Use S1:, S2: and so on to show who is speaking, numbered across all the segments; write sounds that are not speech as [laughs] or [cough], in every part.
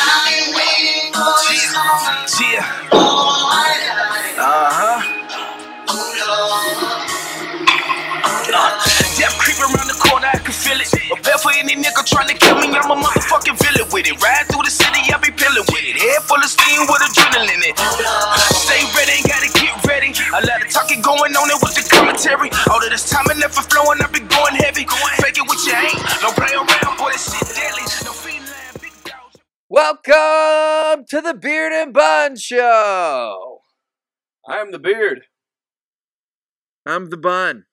S1: Uh-huh. I can feel it. A bet for any nigga trying to kill me, I'm a motherfucking villain with it. Ride through the city, I be pillin' with it. Head full of steam with adrenaline in it. Stay ready, gotta get ready. A lot of talking going on it with the commentary. All of this time and effort flowing, I be going heavy. Fake it with your ain't. Don't play around, boy, this shit deadly. No feline, big dogs.
S2: Welcome to the Beard and Bun Show.
S3: I am the beard,
S2: I'm the Bun.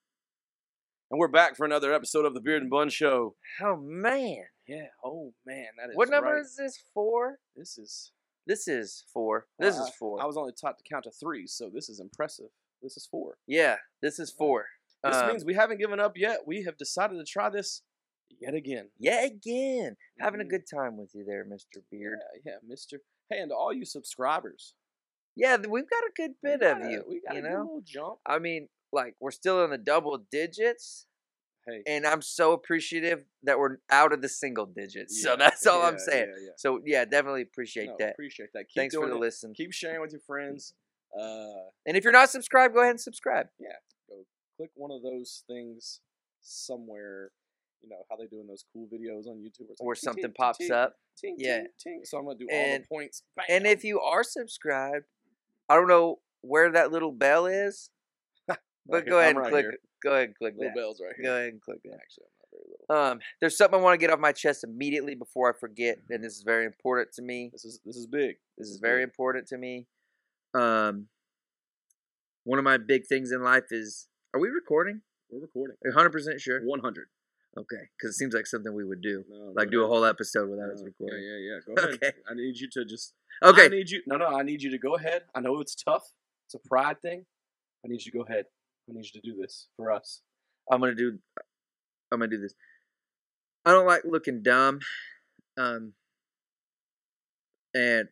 S3: and we're back for another episode of the Beard and Bun Show.
S2: Oh man,
S3: Yeah. Oh man, that is
S2: what number
S3: right.
S2: is this? Four.
S3: this? Is
S2: This is four. This
S3: Wow,
S2: is four.
S3: I was only taught to count to three, so this is impressive. This is four.
S2: yeah, this is four.
S3: This
S2: Um,
S3: means we haven't given up yet. We have decided to try this yet again.
S2: yet again having a
S3: Mhm.
S2: good time with you there, Mister Beard.
S3: Yeah, yeah, Mister. Hey, and to all you subscribers,
S2: Yeah, th- we've got a good
S3: we
S2: bit
S3: gotta-
S2: of you.
S3: We got
S2: you
S3: a
S2: know,
S3: little jump.
S2: I mean, like we're still in the double digits,
S3: Hey,
S2: and I'm so appreciative that we're out of the single digits.
S3: yeah,
S2: so that's all I'm
S3: yeah,
S2: saying.
S3: yeah, yeah.
S2: So yeah, definitely appreciate
S3: No,
S2: that.
S3: Appreciate that. Keep
S2: Thanks for
S3: doing
S2: the
S3: it.
S2: listen.
S3: Keep sharing with your friends. Uh,
S2: And if you're not subscribed, go ahead and subscribe.
S3: click one of those things somewhere. You know how they do in those cool videos on YouTube, where, it's like,
S2: Or
S3: ting,
S2: something
S3: ting, ting,
S2: pops
S3: ting,
S2: up.
S3: ting,
S2: Yeah.
S3: ting, ting. So I'm gonna do all
S2: And-
S3: the points.
S2: And if you are subscribed, I don't know where that little bell is, but go ahead and click. Go ahead and click
S3: Little
S2: that.
S3: bells right here.
S2: Go ahead and click that.
S3: Actually, I'm not very little.
S2: Um, there's something I want to get off my chest immediately before I forget, and this is very important to me.
S3: This is this is big.
S2: This is
S3: Mm.
S2: very important to me. Um, one of my big things in life is: Are we recording?
S3: We're recording.
S2: Are you 100% sure?
S3: 100.
S2: Okay, because it seems like something we would do,
S3: No,
S2: like
S3: no,
S2: do a
S3: no,
S2: whole episode
S3: no,
S2: without us
S3: no.
S2: recording. [laughs]
S3: Yeah, yeah, yeah. Go ahead.
S2: Okay.
S3: I need you to just. I
S2: Okay,
S3: need you. No, no. I need you to go ahead. I know it's tough. It's a pride thing. I need you to go ahead. I need you to do this for us.
S2: I'm gonna do. I'm gonna do this. I don't like looking dumb, um, and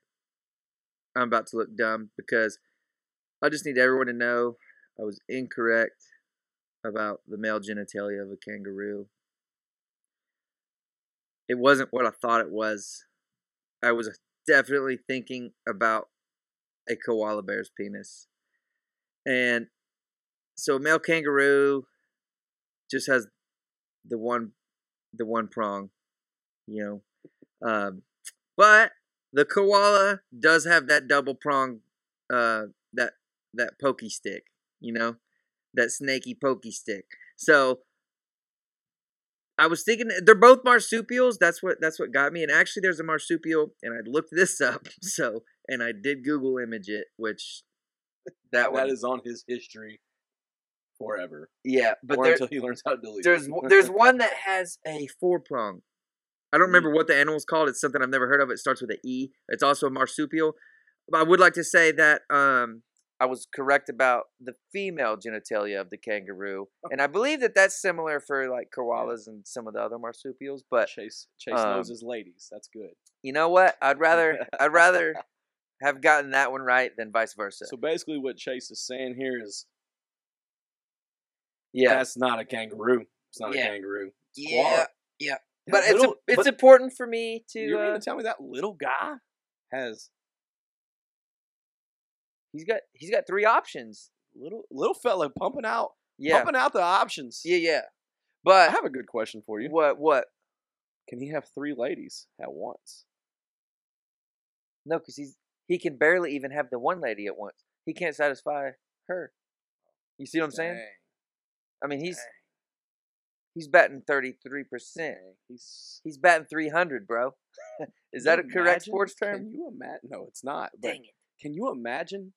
S2: I'm about to look dumb because I just need everyone to know I was incorrect about the male genitalia of a kangaroo. It wasn't what I thought it was. I was definitely thinking about a koala bear's penis, and so a male kangaroo just has the one the one prong you know um but the koala does have that double prong uh that that pokey stick you know that snaky pokey stick so i was thinking they're both marsupials that's what that's what got me and actually there's a marsupial and i looked this up [laughs] so and i did google image it which that, one
S3: that is on his history forever.
S2: yeah but
S3: or
S2: there,
S3: until he learns how to delete.
S2: there's
S3: [laughs]
S2: w- there's one that has a four prong. I
S3: Mm.
S2: don't remember what the animal's called. It's something I've never heard of. It starts with an E. It's also a marsupial. But I would like to say that um, I was correct about the female genitalia of the kangaroo,
S3: Oh.
S2: and I believe that that's similar for like koalas and some of the other marsupials. But
S3: Chase Chase knows
S2: um,
S3: his ladies. That's good.
S2: you know what? I'd rather
S3: [laughs]
S2: I'd rather have gotten that one right than vice versa.
S3: So basically, what Chase is saying here is
S2: yeah,
S3: that's not a kangaroo. It's not
S2: Yeah.
S3: a kangaroo. It's a koala.
S2: yeah, yeah.
S3: That
S2: But it's
S3: little-
S2: a, it's
S3: but
S2: important for me to.
S3: You're
S2: Uh,
S3: gonna tell me that little guy has
S2: he's got he's got three options.
S3: little little fella pumping out
S2: Yeah,
S3: pumping out the options.
S2: yeah, yeah.
S3: I
S2: But
S3: have a good question for you.
S2: What? What?
S3: Can he have three ladies at once?
S2: No, because he's he can barely even have the one lady at once. He can't satisfy her. You see what I'm saying?
S3: Dang,
S2: I mean, he's
S3: dang,
S2: he's batting thirty three percent.
S3: dang. He's
S2: He's batting three hundred, bro. Is
S3: Can
S2: that a
S3: you
S2: correct
S3: imagine-
S2: sports term?
S3: Can you imagine? No, it's not. But
S2: Dang it!
S3: can you imagine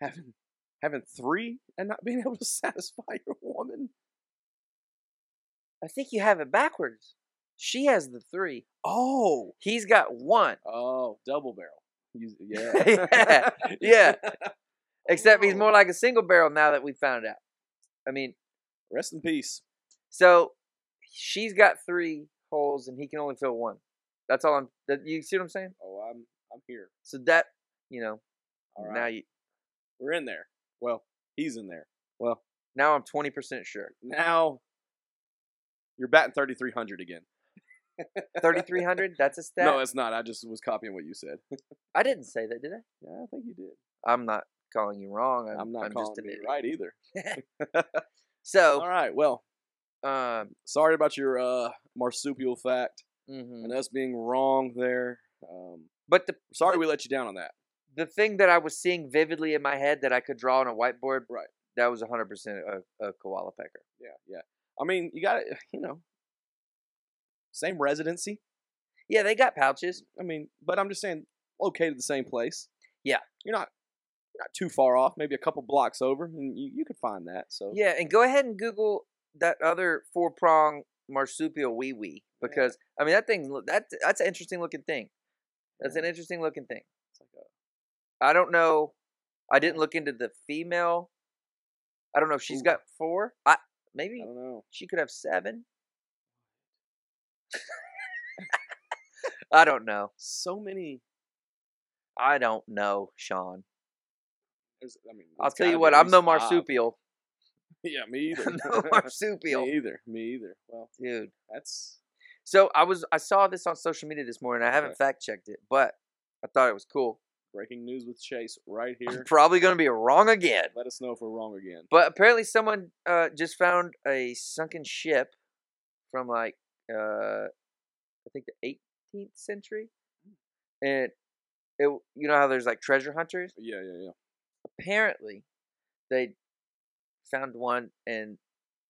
S3: having having three and not being able to [laughs] satisfy your woman?
S2: I think you have it backwards. She has the three.
S3: Oh,
S2: He's got one.
S3: oh, double barrel. [laughs] You-
S2: Yeah,
S3: [laughs] yeah,
S2: yeah. Except he's
S3: Oh.
S2: more like a single barrel now that we found out. I mean,
S3: Rest in peace.
S2: so she's got three holes and he can only fill one. That's all I'm. that- You see what I'm saying?
S3: Oh, I'm I'm here.
S2: So that you know
S3: All right,
S2: now you
S3: we're in there. Well, he's in there. Well,
S2: Now I'm 20% sure.
S3: now you're batting 3,300 again.
S2: 3,300? That's a stat?
S3: no, it's not. I just was copying what you said. [laughs]
S2: I didn't say that, did I?
S3: Yeah, I think you did.
S2: I'm not calling you wrong. I'm,
S3: I'm not
S2: I'm
S3: calling
S2: just an
S3: you
S2: idiot.
S3: right either.
S2: So,
S3: All right. Well,
S2: Um,
S3: Sorry about your uh, marsupial fact
S2: mhm.
S3: and us being wrong there. Um,
S2: But the
S3: sorry we let you down on that.
S2: the thing that I was seeing vividly in my head that I could draw on a whiteboard,
S3: Right.
S2: That was 100 percent a, a koala pecker.
S3: Yeah, yeah. I mean, you got to [sighs] you know, same residency.
S2: Yeah, they got pouches.
S3: I mean, but I'm just saying, located the same place.
S2: Yeah.
S3: you're not you're not too far off. Maybe a couple blocks over, and you you could find that. So
S2: Yeah, and go ahead and Google that other four prong marsupial wee wee because I mean that thing loo- that that's an interesting looking thing. That's an interesting looking thing.
S3: It's like a-
S2: I don't know. I didn't look into the female. I don't know if she's
S3: Ooh. Oh.
S2: got four. I maybe
S3: I don't know.
S2: she could have seven. [laughs] I don't know.
S3: So many.
S2: I don't know, Sean.
S3: There's, I mean,
S2: I'll
S3: there's
S2: tell
S3: gotta
S2: you
S3: be
S2: what,
S3: at
S2: I'm no
S3: least five.
S2: marsupial.
S3: [laughs] Yeah, me either.
S2: I'm [laughs]
S3: [laughs]
S2: no marsupial,
S3: me either. Me either. Well,
S2: dude.
S3: that's
S2: So I was I saw this on social media this morning. I haven't
S3: Okay.
S2: fact checked it, but I thought it was cool.
S3: breaking news with Chase right
S2: I'm
S3: here.
S2: probably gonna be wrong again.
S3: Let us know if we're wrong again.
S2: But apparently someone uh, just found a sunken ship from like uh, I think the 18th century, and it you know how there's like treasure hunters.
S3: Yeah, yeah, yeah.
S2: Apparently, they found one and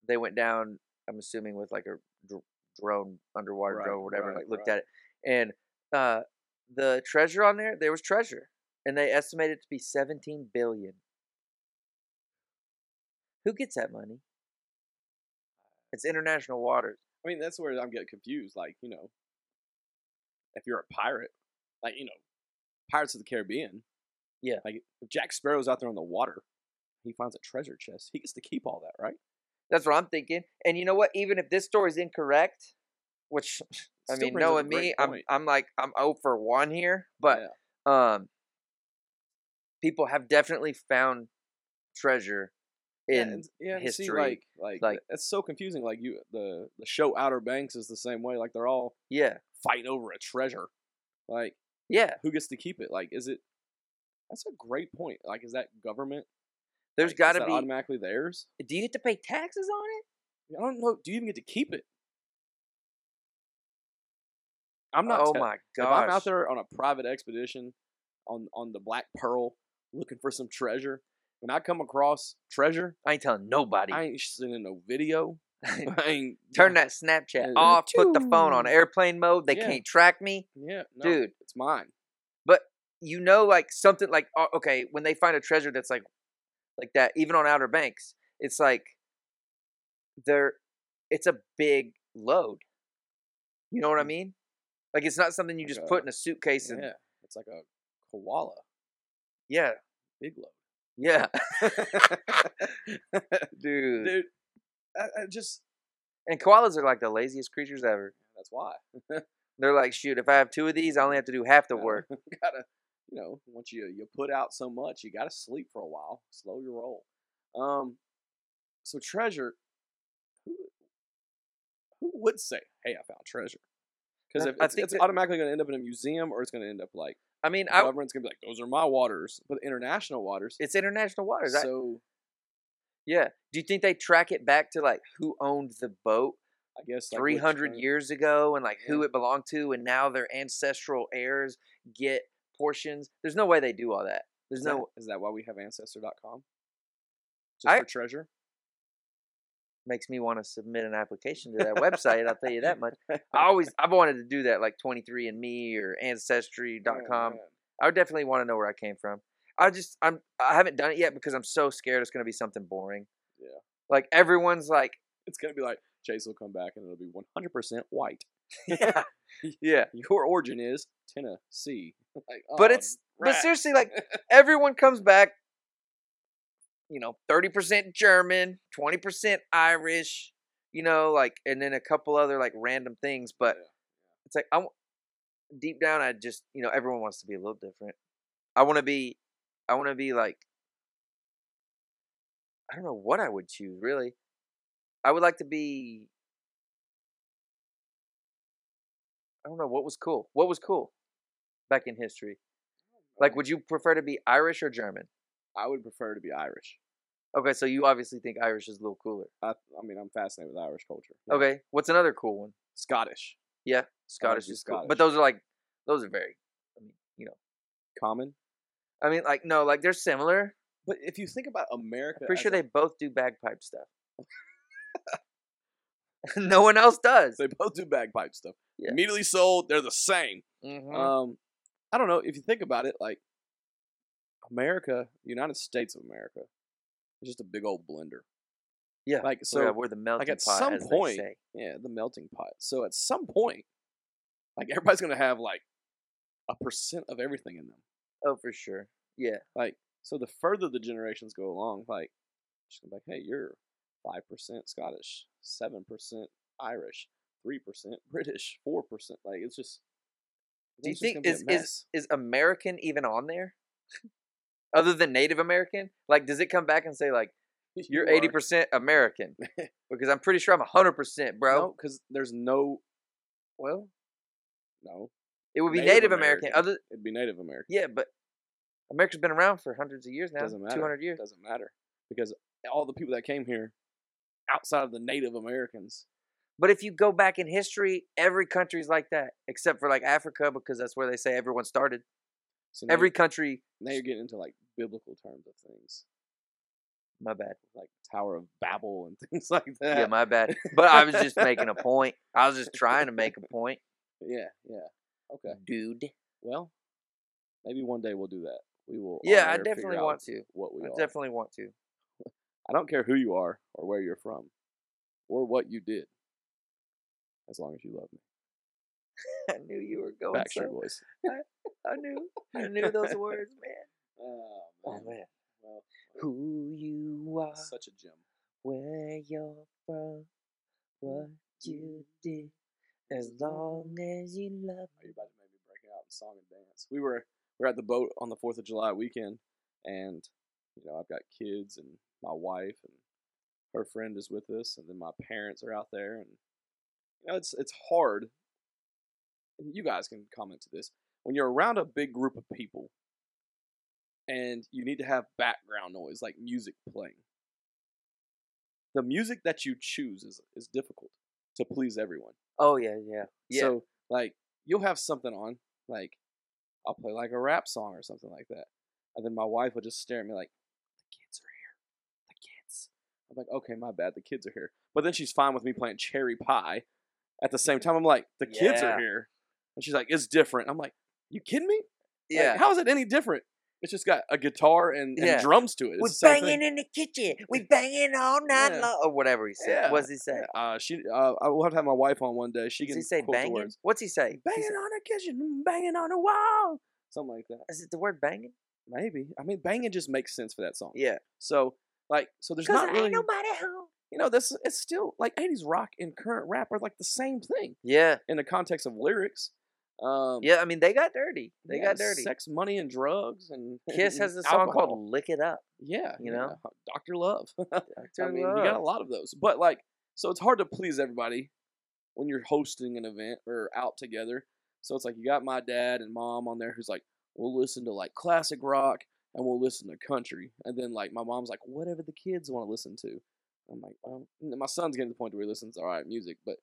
S2: they went down. I'm assuming with like a dr- drone, underwater
S3: Right,
S2: drone, whatever. and,
S3: right,
S2: like looked at
S3: right.
S2: it, and uh, the treasure on there, there was treasure, and they estimated it to be 17 billion. Who gets that money? It's international waters.
S3: I mean, that's where I'm getting confused. Like, you know, if you're a pirate, like, you know, Pirates of the Caribbean.
S2: Yeah.
S3: Like, if Jack Sparrow's out there on the water, he finds a treasure chest. He gets to keep all that, right?
S2: That's what I'm thinking. And you know what? Even if this story's incorrect, which I
S3: Still
S2: mean,
S3: brings up
S2: knowing
S3: a great
S2: me, I'm
S3: point.
S2: I'm like I'm 0 for one here, but
S3: Yeah.
S2: um people have definitely found treasure
S3: Yeah,
S2: in
S3: and- yeah, and see,
S2: history,
S3: like, like,
S2: like-
S3: that's so confusing. Like, you, the the show Outer Banks is the same way. Like, they're all
S2: yeah.
S3: fighting over a treasure. Like,
S2: Yeah.
S3: who gets to keep it? Like, is it? That's a great point. Like, is that government?
S2: There's
S3: Like, is
S2: got to
S3: that
S2: be
S3: automatically theirs.
S2: Do you get to pay taxes on it?
S3: I don't know. Do you even get to keep it? I'm not.
S2: oh
S3: te-
S2: my
S3: If
S2: gosh.
S3: I'm out there on a private expedition on on the Black Pearl looking for some treasure, when I come across treasure,
S2: I ain't telling nobody.
S3: I ain't sending no
S2: [laughs]
S3: video. [laughs] I ain't
S2: Turn that Snapchat
S3: Yeah.
S2: off. Put the phone on
S3: Choo.
S2: airplane mode. They
S3: Yeah.
S2: can't track me.
S3: Yeah, no,
S2: Dude,
S3: it's mine.
S2: you know like something like uh, okay when they find a treasure that's like like that even on outer banks it's like they're it's a big load you know what i
S3: Mm.
S2: mean like it's not something you just
S3: Like
S2: put
S3: a-
S2: in a suitcase and yeah
S3: Yeah, it's like a koala
S2: yeah,
S3: big load.
S2: [laughs] dude.
S3: Dude, I, I just
S2: and koalas are like the laziest creatures ever
S3: that's why [laughs]
S2: they're like shoot if i have two of these i only have to do half the
S3: Yeah.
S2: work
S3: gotta you know once you you put out so much you gotta sleep for a while slow your roll um so treasure who, who would say hey i found treasure because
S2: I-
S3: if
S2: I
S3: it's,
S2: think
S3: it's
S2: that-
S3: automatically going to end up in a museum or it's going to end up like
S2: i mean
S3: the
S2: I,
S3: government's going to be like those are my waters but international waters
S2: it's international waters I,
S3: so
S2: yeah do you think they track it back to like who owned the boat
S3: i guess like,
S2: three
S3: which
S2: hundred
S3: one-
S2: years ago and like who
S3: Yeah.
S2: it belonged to, and now their ancestral heirs get portions. There's no way they do all that. There's
S3: is that-
S2: no
S3: is that why we have ancestor.com just
S2: I-
S3: for treasure
S2: makes me want to submit an application to that website. I'll tell you that
S3: [laughs]
S2: much. I always I've wanted to do that, like 23andMe or Ancestry.com.
S3: Oh,
S2: com.
S3: man.
S2: I would definitely want to know where I came from. I just I'm I haven't done it yet because I'm so scared it's gonna be something boring.
S3: Yeah.
S2: Like everyone's
S3: [laughs]
S2: like,
S3: it's going to be like chase will come back and it'll be 100% white
S2: yeah,
S3: [laughs]
S2: yeah.
S3: your origin is Tennessee. [laughs] Like,
S2: but
S3: "Oh,
S2: it's but
S3: rat."
S2: seriously like everyone comes back you know 30% german 20% irish you know like and then a couple other like random things but
S3: Yeah.
S2: it's like i w- deep down i just you know everyone wants to be a little different i want to be i want to be like i don't know what i would choose really i would like to be i don't know what was cool what was cool back in history like, would you prefer to be Irish or German?
S3: I would prefer to be Irish.
S2: Okay, so you obviously think Irish is a little cooler.
S3: I, I mean, I'm fascinated with Irish culture. Yeah.
S2: Okay, what's another cool one?
S3: Scottish,
S2: Yeah, Scottish
S3: is
S2: is cool,
S3: Scottish.
S2: but those are like those are very. I mean, you know,
S3: common.
S2: I mean, like no, like they're similar.
S3: But if you think about America,
S2: I'm pretty
S3: as
S2: sure
S3: a-
S2: they both do bagpipe stuff. [laughs] no one else does.
S3: [laughs] they both do bagpipe stuff.
S2: Yeah.
S3: Immediately sold, they're the same.
S2: Mhm.
S3: Um, I don't know if you think about it, like America, United States of America, is just a big old blender.
S2: Yeah,
S3: like
S2: so
S3: so,
S2: yeah, we're the melting
S3: at
S2: pot,
S3: some
S2: as
S3: point-
S2: they say.
S3: yeah, the melting pot. So at some point, like everybody's gonna have like a percent of everything in them.
S2: Oh, for sure. Yeah,
S3: Like so, the further the generations go along, like just gonna be like, hey, you're five percent Scottish, seven percent Irish, three percent British, four percent. Like it's just.
S2: Do you
S3: it's just
S2: think
S3: gonna be a
S2: is,
S3: mess. [laughs]
S2: is is American even on there? [laughs] Other than Native American, like does it come back and say like you're
S3: You are-
S2: eighty percent American? [laughs] because I'm pretty sure I'm hundred percent, bro.
S3: because there's no. Well, no,
S2: it would be
S3: Native
S2: Native, American.
S3: American.
S2: Other
S3: it'd be Native American.
S2: yeah, but America's been around for hundreds of years now.
S3: Doesn't matter.
S2: Two hundred years.
S3: It doesn't matter because all the people that came here, outside of the Native Americans,
S2: But if you go back in history, every country's like that, except for like Africa, because that's where they say everyone started.
S3: so now
S2: Every
S3: you're-
S2: country.
S3: now you're getting into like biblical terms of things,
S2: My bad.
S3: like Tower of Babel and [laughs] things like that.
S2: Yeah, my bad. But I was just making a point. I was just trying to make a point,
S3: yeah, yeah. Okay,
S2: dude.
S3: well, maybe one day we'll do that. We will. on
S2: Yeah, I
S3: air figure
S2: definitely
S3: out
S2: want to.
S3: What we
S2: I
S3: are.
S2: definitely want to. [laughs]
S3: I don't care who you are or where you're from, or what you did, as long as you love me.
S2: I knew you were going.
S3: Backstreet
S2: some-
S3: Boys.
S2: I knew. I knew those words, man.
S3: Oh,
S2: [laughs] Oh man. Who you are,
S3: Such a gem.
S2: where you're from, what you did, as long as you love
S3: Are you about to make me break out in song and dance? We were we were at the boat on the Fourth of July weekend, and you know I've got kids and my wife and her friend is with us, and then my parents are out there, and you know it's it's hard. You guys can comment to this when you're around a big group of people, and you need to have background noise like music playing. The music that you choose is is difficult to please everyone.
S2: Oh yeah, yeah, yeah.
S3: So like you'll have something on, like I'll play like a rap song or something like that. And then my wife will just stare at me like, The kids are here. The kids. I'm like, okay, my bad, the kids are here. But then she's fine with me playing cherry pie. At the same time, I'm like, the kids
S2: Yeah.
S3: are here. And she's like, it's different. I'm like, you kidding me? Like,
S2: yeah.
S3: how is it any different? It's just got a guitar and, and
S2: Yeah.
S3: drums to it.
S2: we
S3: It's the same
S2: banging
S3: thing.
S2: in the kitchen. We banging all night
S3: Yeah.
S2: long, or whatever he said.
S3: Yeah,
S2: What's he say?
S3: Yeah, Uh, she, uh, I will have to have my wife on one day. She
S2: Does
S3: can
S2: he say
S3: quote the
S2: banging?
S3: words.
S2: What's he say? He
S3: Banging
S2: said-
S3: on the kitchen, banging on the wall, something like that.
S2: Is it the word banging?
S3: Maybe. I mean, banging just makes sense for that song.
S2: Yeah.
S3: So, like, so there's
S2: 'Cause
S3: not
S2: there
S3: really,
S2: ain't nobody home.
S3: you know, that's it's still like '80s rock and current rap are like the same thing
S2: Yeah,
S3: in the context of lyrics. Um,
S2: yeah. I mean, they got dirty. They
S3: yeah,
S2: got dirty.
S3: Sex, money, and drugs, and [laughs]
S2: Kiss
S3: and
S2: has a song
S3: alcohol.
S2: called "Lick It Up."
S3: Yeah,
S2: you know?
S3: Doctor Love. [laughs] I
S2: Dr.
S3: mean, you got a
S2: Love.
S3: lot of those, but like, so it's hard to please everybody when you're hosting an event or out together. So it's like you got my dad and mom on there who's like, we'll listen to like classic rock and we'll listen to country, and then like my mom's like, whatever the kids want to listen to. I'm like, well, and then my son's getting to the point where he listens to all right music, but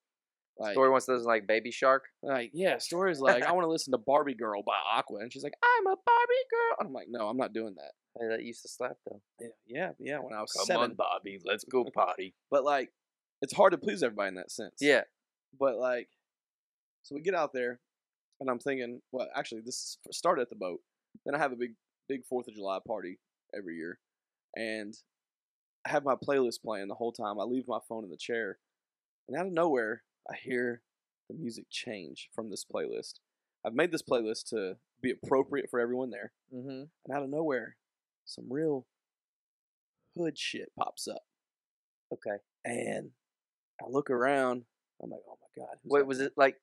S3: like,
S2: Story wants to listen like Baby Shark.
S3: like yeah, stories like
S2: [laughs]
S3: I want to listen to Barbie Girl by Aqua, and she's like, I'm a Barbie girl, and I'm like, no, I'm not doing that.
S2: Hey, that used to slap though.
S3: Yeah, yeah, yeah. When I was seven,
S1: Bobby, let's
S3: [laughs]
S1: go potty.
S3: but like, it's hard to please everybody in that sense.
S2: Yeah,
S3: But like, so we get out there, and I'm thinking, well, actually, this s- started at the boat. Then I have a big, big Fourth of July party every year, and I have my playlist playing the whole time. I leave my phone in the chair, and out of nowhere, I hear the music change from this playlist. I've made this playlist to be appropriate for everyone there,
S2: mm-hmm.
S3: and out of nowhere, some real hood shit pops up,
S2: okay.
S3: and I look around. I'm like, oh my god, who's
S2: Wait,
S3: that
S2: was it like?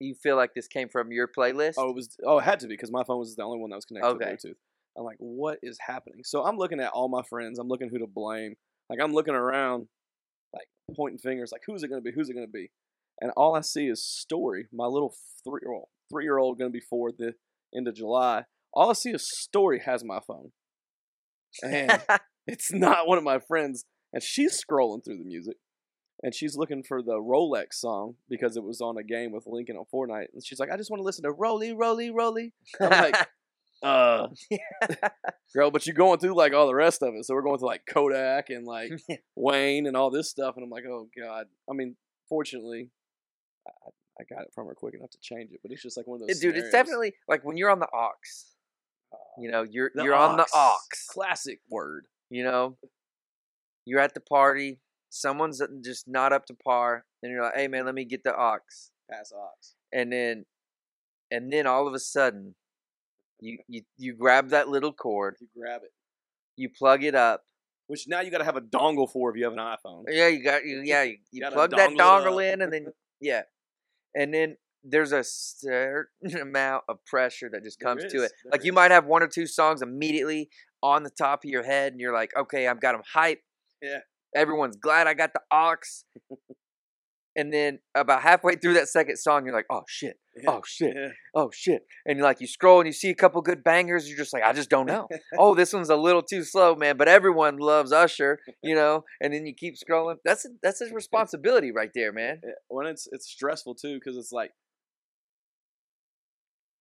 S2: You feel like this came from your playlist? [laughs]
S3: Oh, it was. Oh, it had to be because my phone was the only one that was connected
S2: Okay.
S3: to Bluetooth. I'm like, what is happening? So I'm looking at all my friends. I'm looking who to blame. Like I'm looking around, like pointing fingers. Like who's it gonna be? Who's it gonna be? And all I see is story. My little three year old, three year old, gonna be four at the end of July. All I see is story has my phone. and it's not one of my friends. And she's scrolling through the music, and she's looking for the Rolex song because it was on a game with Lincoln on Fortnite. And she's like, "I just want to listen to Rolly, Rolly, Rolly." I'm
S2: [laughs]
S3: like, [laughs] "Uh, girl, but you're going through like all the rest of it. So we're going through like Kodak and like
S2: [laughs]
S3: Wayne and all this stuff." And I'm like, "Oh God." I mean, fortunately, I, I got it from her quick enough to change it, but it's just like one of [laughs] those.
S2: dude, it's
S3: scenarios.
S2: definitely like when you're on the aux. You know, you're
S3: The
S2: you're on the aux.
S3: Classic word.
S2: You know, you're at the party. Someone's just not up to par, and you're like, "Hey, man, let me get the aux."
S3: Pass ox.
S2: And then, and then all of a sudden, you you you grab that little cord,
S3: You grab it.
S2: you plug it up.
S3: Which now you got to have a dongle for if you have an iPhone.
S2: Yeah, you got you. Yeah, you, you
S3: Gotta
S2: plug that
S3: dongle it
S2: dongle
S3: up.
S2: in,
S3: [laughs]
S2: and then yeah, and then there's a certain [laughs] amount of pressure that just
S3: There
S2: comes to
S3: is,
S2: it. Like
S3: there
S2: you
S3: is.
S2: might have one or two songs immediately on the top of your head, and you're like, okay, I've got them hype.
S3: Yeah.
S2: everyone's glad I got the
S3: [laughs]
S2: ox. and then about halfway through that second song, you're like, oh shit, oh shit,
S3: Yeah.
S2: oh shit, and you're like, you scroll and you see a couple good bangers, you're just like, I just don't know oh, this one's a little too slow, man. But everyone loves Usher, you know. And then you keep scrolling. That's that's his responsibility right there, man.
S3: Yeah, eh, When it's it's stressful too because it's like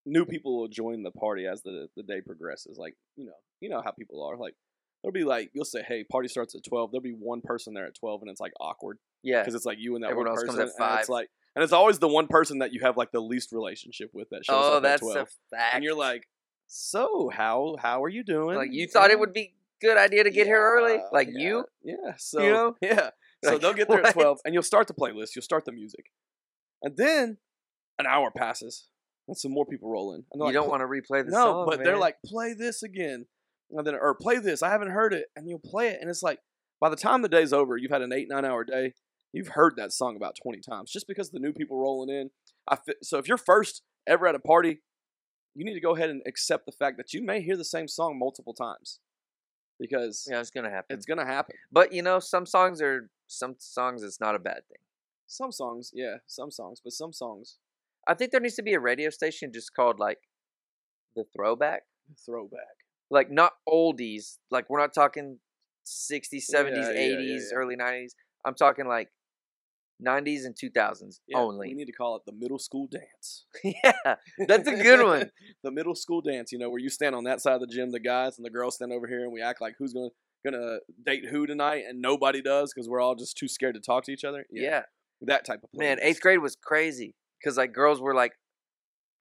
S3: new people will join the party as the the day progresses. Like you know you know how people are. Like there'll be like you'll say, hey, party starts at twelve. There'll be one person there at twelve, and it's like awkward.
S2: Yeah,
S3: because it's like you and that
S2: Everyone
S3: one
S2: else
S3: person.
S2: comes at
S3: And
S2: five.
S3: it's like, and it's always the one person that you have like the least relationship with that shows
S2: oh,
S3: up
S2: that's
S3: at
S2: a
S3: twelve,
S2: fact.
S3: and you're like, so how how are you doing? "Eh,
S2: like you thought it would be good idea to get here early,
S3: Yeah,
S2: like
S3: yeah,
S2: you.
S3: yeah. So
S2: know?
S3: [laughs] yeah,
S2: [laughs]
S3: so
S2: Like,
S3: they'll get there
S2: what?
S3: at twelve, and you'll start the playlist, you'll start the music, and then an hour passes, and some more people roll in, and
S2: You
S3: they're like,
S2: don't want to replay the
S3: no,
S2: song,
S3: but they're
S2: man.
S3: like, play this again, and then or play this. I haven't heard it, and you'll play it, and it's like, by the time the day's over, you've had an eight nine hour day. You've heard that song about twenty times just because the new people rolling in. I fi- so if you're first ever at a party, you need to go ahead and accept the fact that you may hear the same song multiple times because
S2: yeah, it's gonna happen.
S3: it's gonna happen.
S2: but you know, some songs are some songs. It's not a bad thing.
S3: Some songs, yeah, some songs, but some songs
S2: I think there needs to be a radio station just called like the throwback.
S3: throwback.
S2: like not oldies like we're not talking 60s 70s
S3: Yeah, yeah,
S2: 80s
S3: yeah, yeah.
S2: early 90s i'm talking like 90s and 2000s
S3: Yeah, We
S2: only
S3: need to call it the middle school dance.
S2: [laughs] yeah that's a good one
S3: [laughs] the middle school dance, you know, where you stand on that side of the gym, the guys and the girls stand over here, and we act like who's gonna gonna date who tonight, and nobody does because we're all just too scared to talk to each other.
S2: yeah,
S3: that type of
S2: man
S3: playlist.
S2: eighth grade was crazy because like girls were like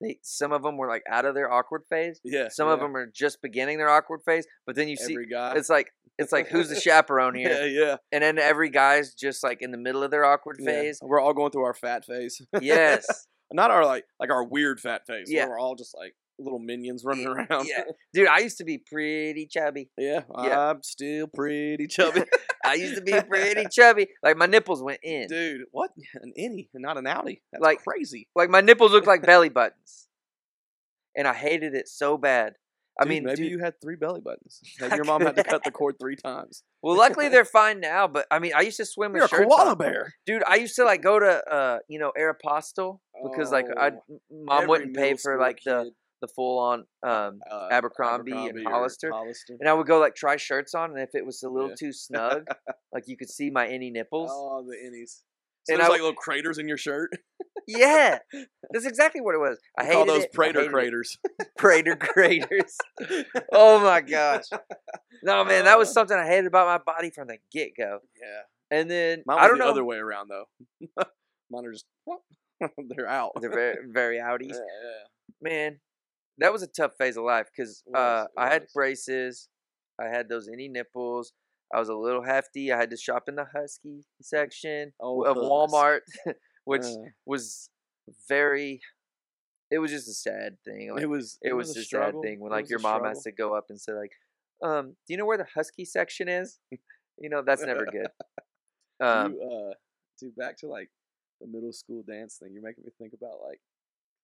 S2: they some of them were like out of their awkward phase
S3: Yeah,
S2: some of
S3: yeah.
S2: them are just beginning their awkward phase but then you see
S3: Every guy.
S2: it's like it's like who's the chaperone here
S3: [laughs] yeah, yeah,
S2: and then every guy's just like in the middle of their awkward
S3: yeah. [laughs]
S2: phase
S3: We're all going through our fat phase. [laughs]
S2: yes
S3: Not our like like our weird fat phase.
S2: Yeah.
S3: Yeah, we're all just like little minions running around.
S2: yeah dude i used to be pretty chubby
S3: [laughs] yeah.
S2: Yeah.
S3: I'm still pretty chubby.
S2: I used to be
S3: [laughs]
S2: pretty chubby. Like my nipples went in.
S3: Dude, what? An innie and not an outie. That's
S2: Like-
S3: crazy.
S2: Like my nipples looked like
S3: [laughs]
S2: belly buttons. And I hated it so bad. I
S3: Dude,
S2: mean,
S3: maybe
S2: dude-
S3: you had three belly
S2: [laughs]
S3: buttons. Maybe your mom had to cut the cord three times.
S2: well, luckily
S3: [laughs]
S2: they're fine now. But I mean, I used to swim
S3: You're a
S2: with shirts
S3: koala
S2: on.
S3: bear.
S2: dude. I used to like go to uh, you know Aeropostale because like I
S3: Oh,
S2: mom
S3: Every
S2: wouldn't pay
S3: middle
S2: for
S3: school
S2: like the
S3: kid,
S2: the full on um,
S3: uh,
S2: Abercrombie, and
S3: or
S2: Hollister.
S3: Hollister.
S2: And I would go like try shirts on, and if it was a little
S3: Yeah.
S2: too
S3: [laughs]
S2: snug, like you could see my any nipples.
S3: oh, the innies. So
S2: And
S3: there's
S2: I-
S3: like little craters in your shirt. [laughs]
S2: Yeah, that's exactly what it was. I
S3: We
S2: hated
S3: call those
S2: it. I
S3: prater
S2: hated it.
S3: craters.
S2: [laughs] Prater graders. oh my
S3: [laughs]
S2: gosh. No man, that was
S3: Uh.
S2: something I hated about my body from the get go.
S3: yeah,
S2: And then
S3: mine was
S2: I don't
S3: the
S2: know.
S3: other way around though. [laughs] mine are just [laughs] they're out.
S2: [laughs] They're very very outies.
S3: Yeah,
S2: Man, that was a tough phase of life because
S3: It was,
S2: uh,
S3: it
S2: I had
S3: was.
S2: braces. I had those any nipples. I was a little hefty. I had to shop in the husky section
S3: Oh,
S2: of
S3: hus.
S2: Walmart, [laughs] which
S3: yeah.
S2: was very. It was just a sad thing. Like,
S3: it was
S2: it was,
S3: a
S2: just
S3: struggle.
S2: that thing when
S3: It
S2: like
S3: was
S2: your
S3: a
S2: mom
S3: struggle.
S2: has to go up and say like, um, do you know where the husky section is? [laughs] You know that's never good. Um,
S3: you, uh, dude, back to like the middle school dance thing. You're making me think about like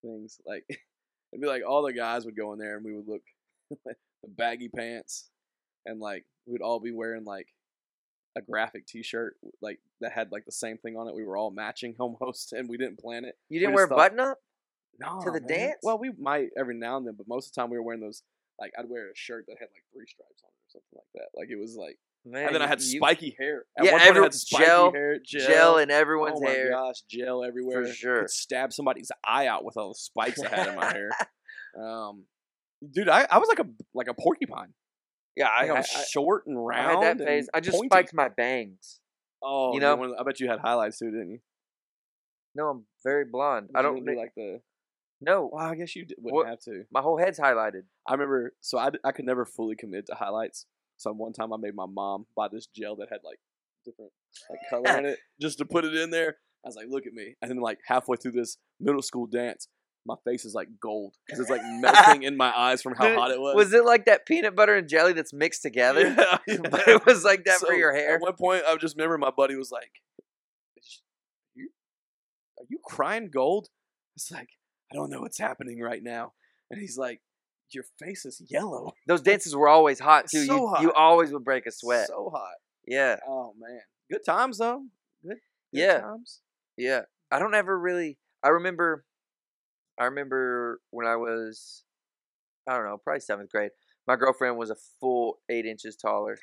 S3: things like [laughs] it'd be like all the guys would go in there and we would look [laughs] the baggy pants and like we'd all be wearing like a graphic T-shirt like that had like the same thing on it. We were all matching [laughs] almost, and we didn't plan it.
S2: you didn't
S3: just
S2: wear
S3: thought-
S2: button up.
S3: No,
S2: the dance?
S3: Well, we might every now and then, but most of the time we were wearing those Like I'd wear a shirt that had like three stripes on it or something like that. Like it was like,
S2: Man,
S3: and then I
S2: you-
S3: had
S2: you-
S3: spiky hair. At
S2: Yeah,
S3: one point I
S2: every-
S3: had spiky
S2: gel-
S3: hair, gel,
S2: gel, in everyone's
S3: oh my
S2: hair.
S3: gosh, gel everywhere. Could
S2: sure.
S3: stab somebody's eye out with all the spikes I had in my
S2: [laughs]
S3: hair. Um, dude, I, I was like a like a porcupine.
S2: Yeah, I,
S3: Like, I, was
S2: I-
S3: short and
S2: I
S3: round.
S2: had that phase.
S3: and
S2: I just
S3: pointy.
S2: spiked my bangs.
S3: Oh,
S2: you
S3: you're
S2: know?
S3: one of the- I bet you had highlights too, didn't you?
S2: No, I'm very blonde. I
S3: You
S2: don't
S3: didn't do,
S2: like.
S3: like the.
S2: No,
S3: Well, I guess you did, wouldn't
S2: What-
S3: have to.
S2: my whole head's highlighted.
S3: I remember, so I, d- I could never fully commit to highlights. So one time I made my mom buy this gel that had like different like
S2: [laughs]
S3: color in it just to put it in there. I was like, look at me. And then like halfway through this middle school dance, my face is like gold because it's like melting in my eyes from
S2: [laughs]
S3: how
S2: Dude,
S3: hot it was.
S2: Was it like that peanut butter and jelly that's mixed together?
S3: [laughs] Yeah,
S2: [laughs] but
S3: yeah.
S2: it was
S3: [laughs]
S2: like that for
S3: So,
S2: your hair.
S3: At one point, I just remember my buddy was like, "Is you, "Are you crying gold?" It's like I don't know what's happening right now, and he's like, "Your face is yellow, [laughs]
S2: Those dances were always hot too. you,
S3: So
S2: you
S3: hot.
S2: always would break a sweat.
S3: so hot."
S2: yeah,
S3: Oh man, good times though. Good, good
S2: Yeah. [laughs]
S3: times. [laughs]
S2: yeah. I don't ever really. I remember. I remember when I was, I don't know, probably seventh grade. My girlfriend was a full eight inches taller,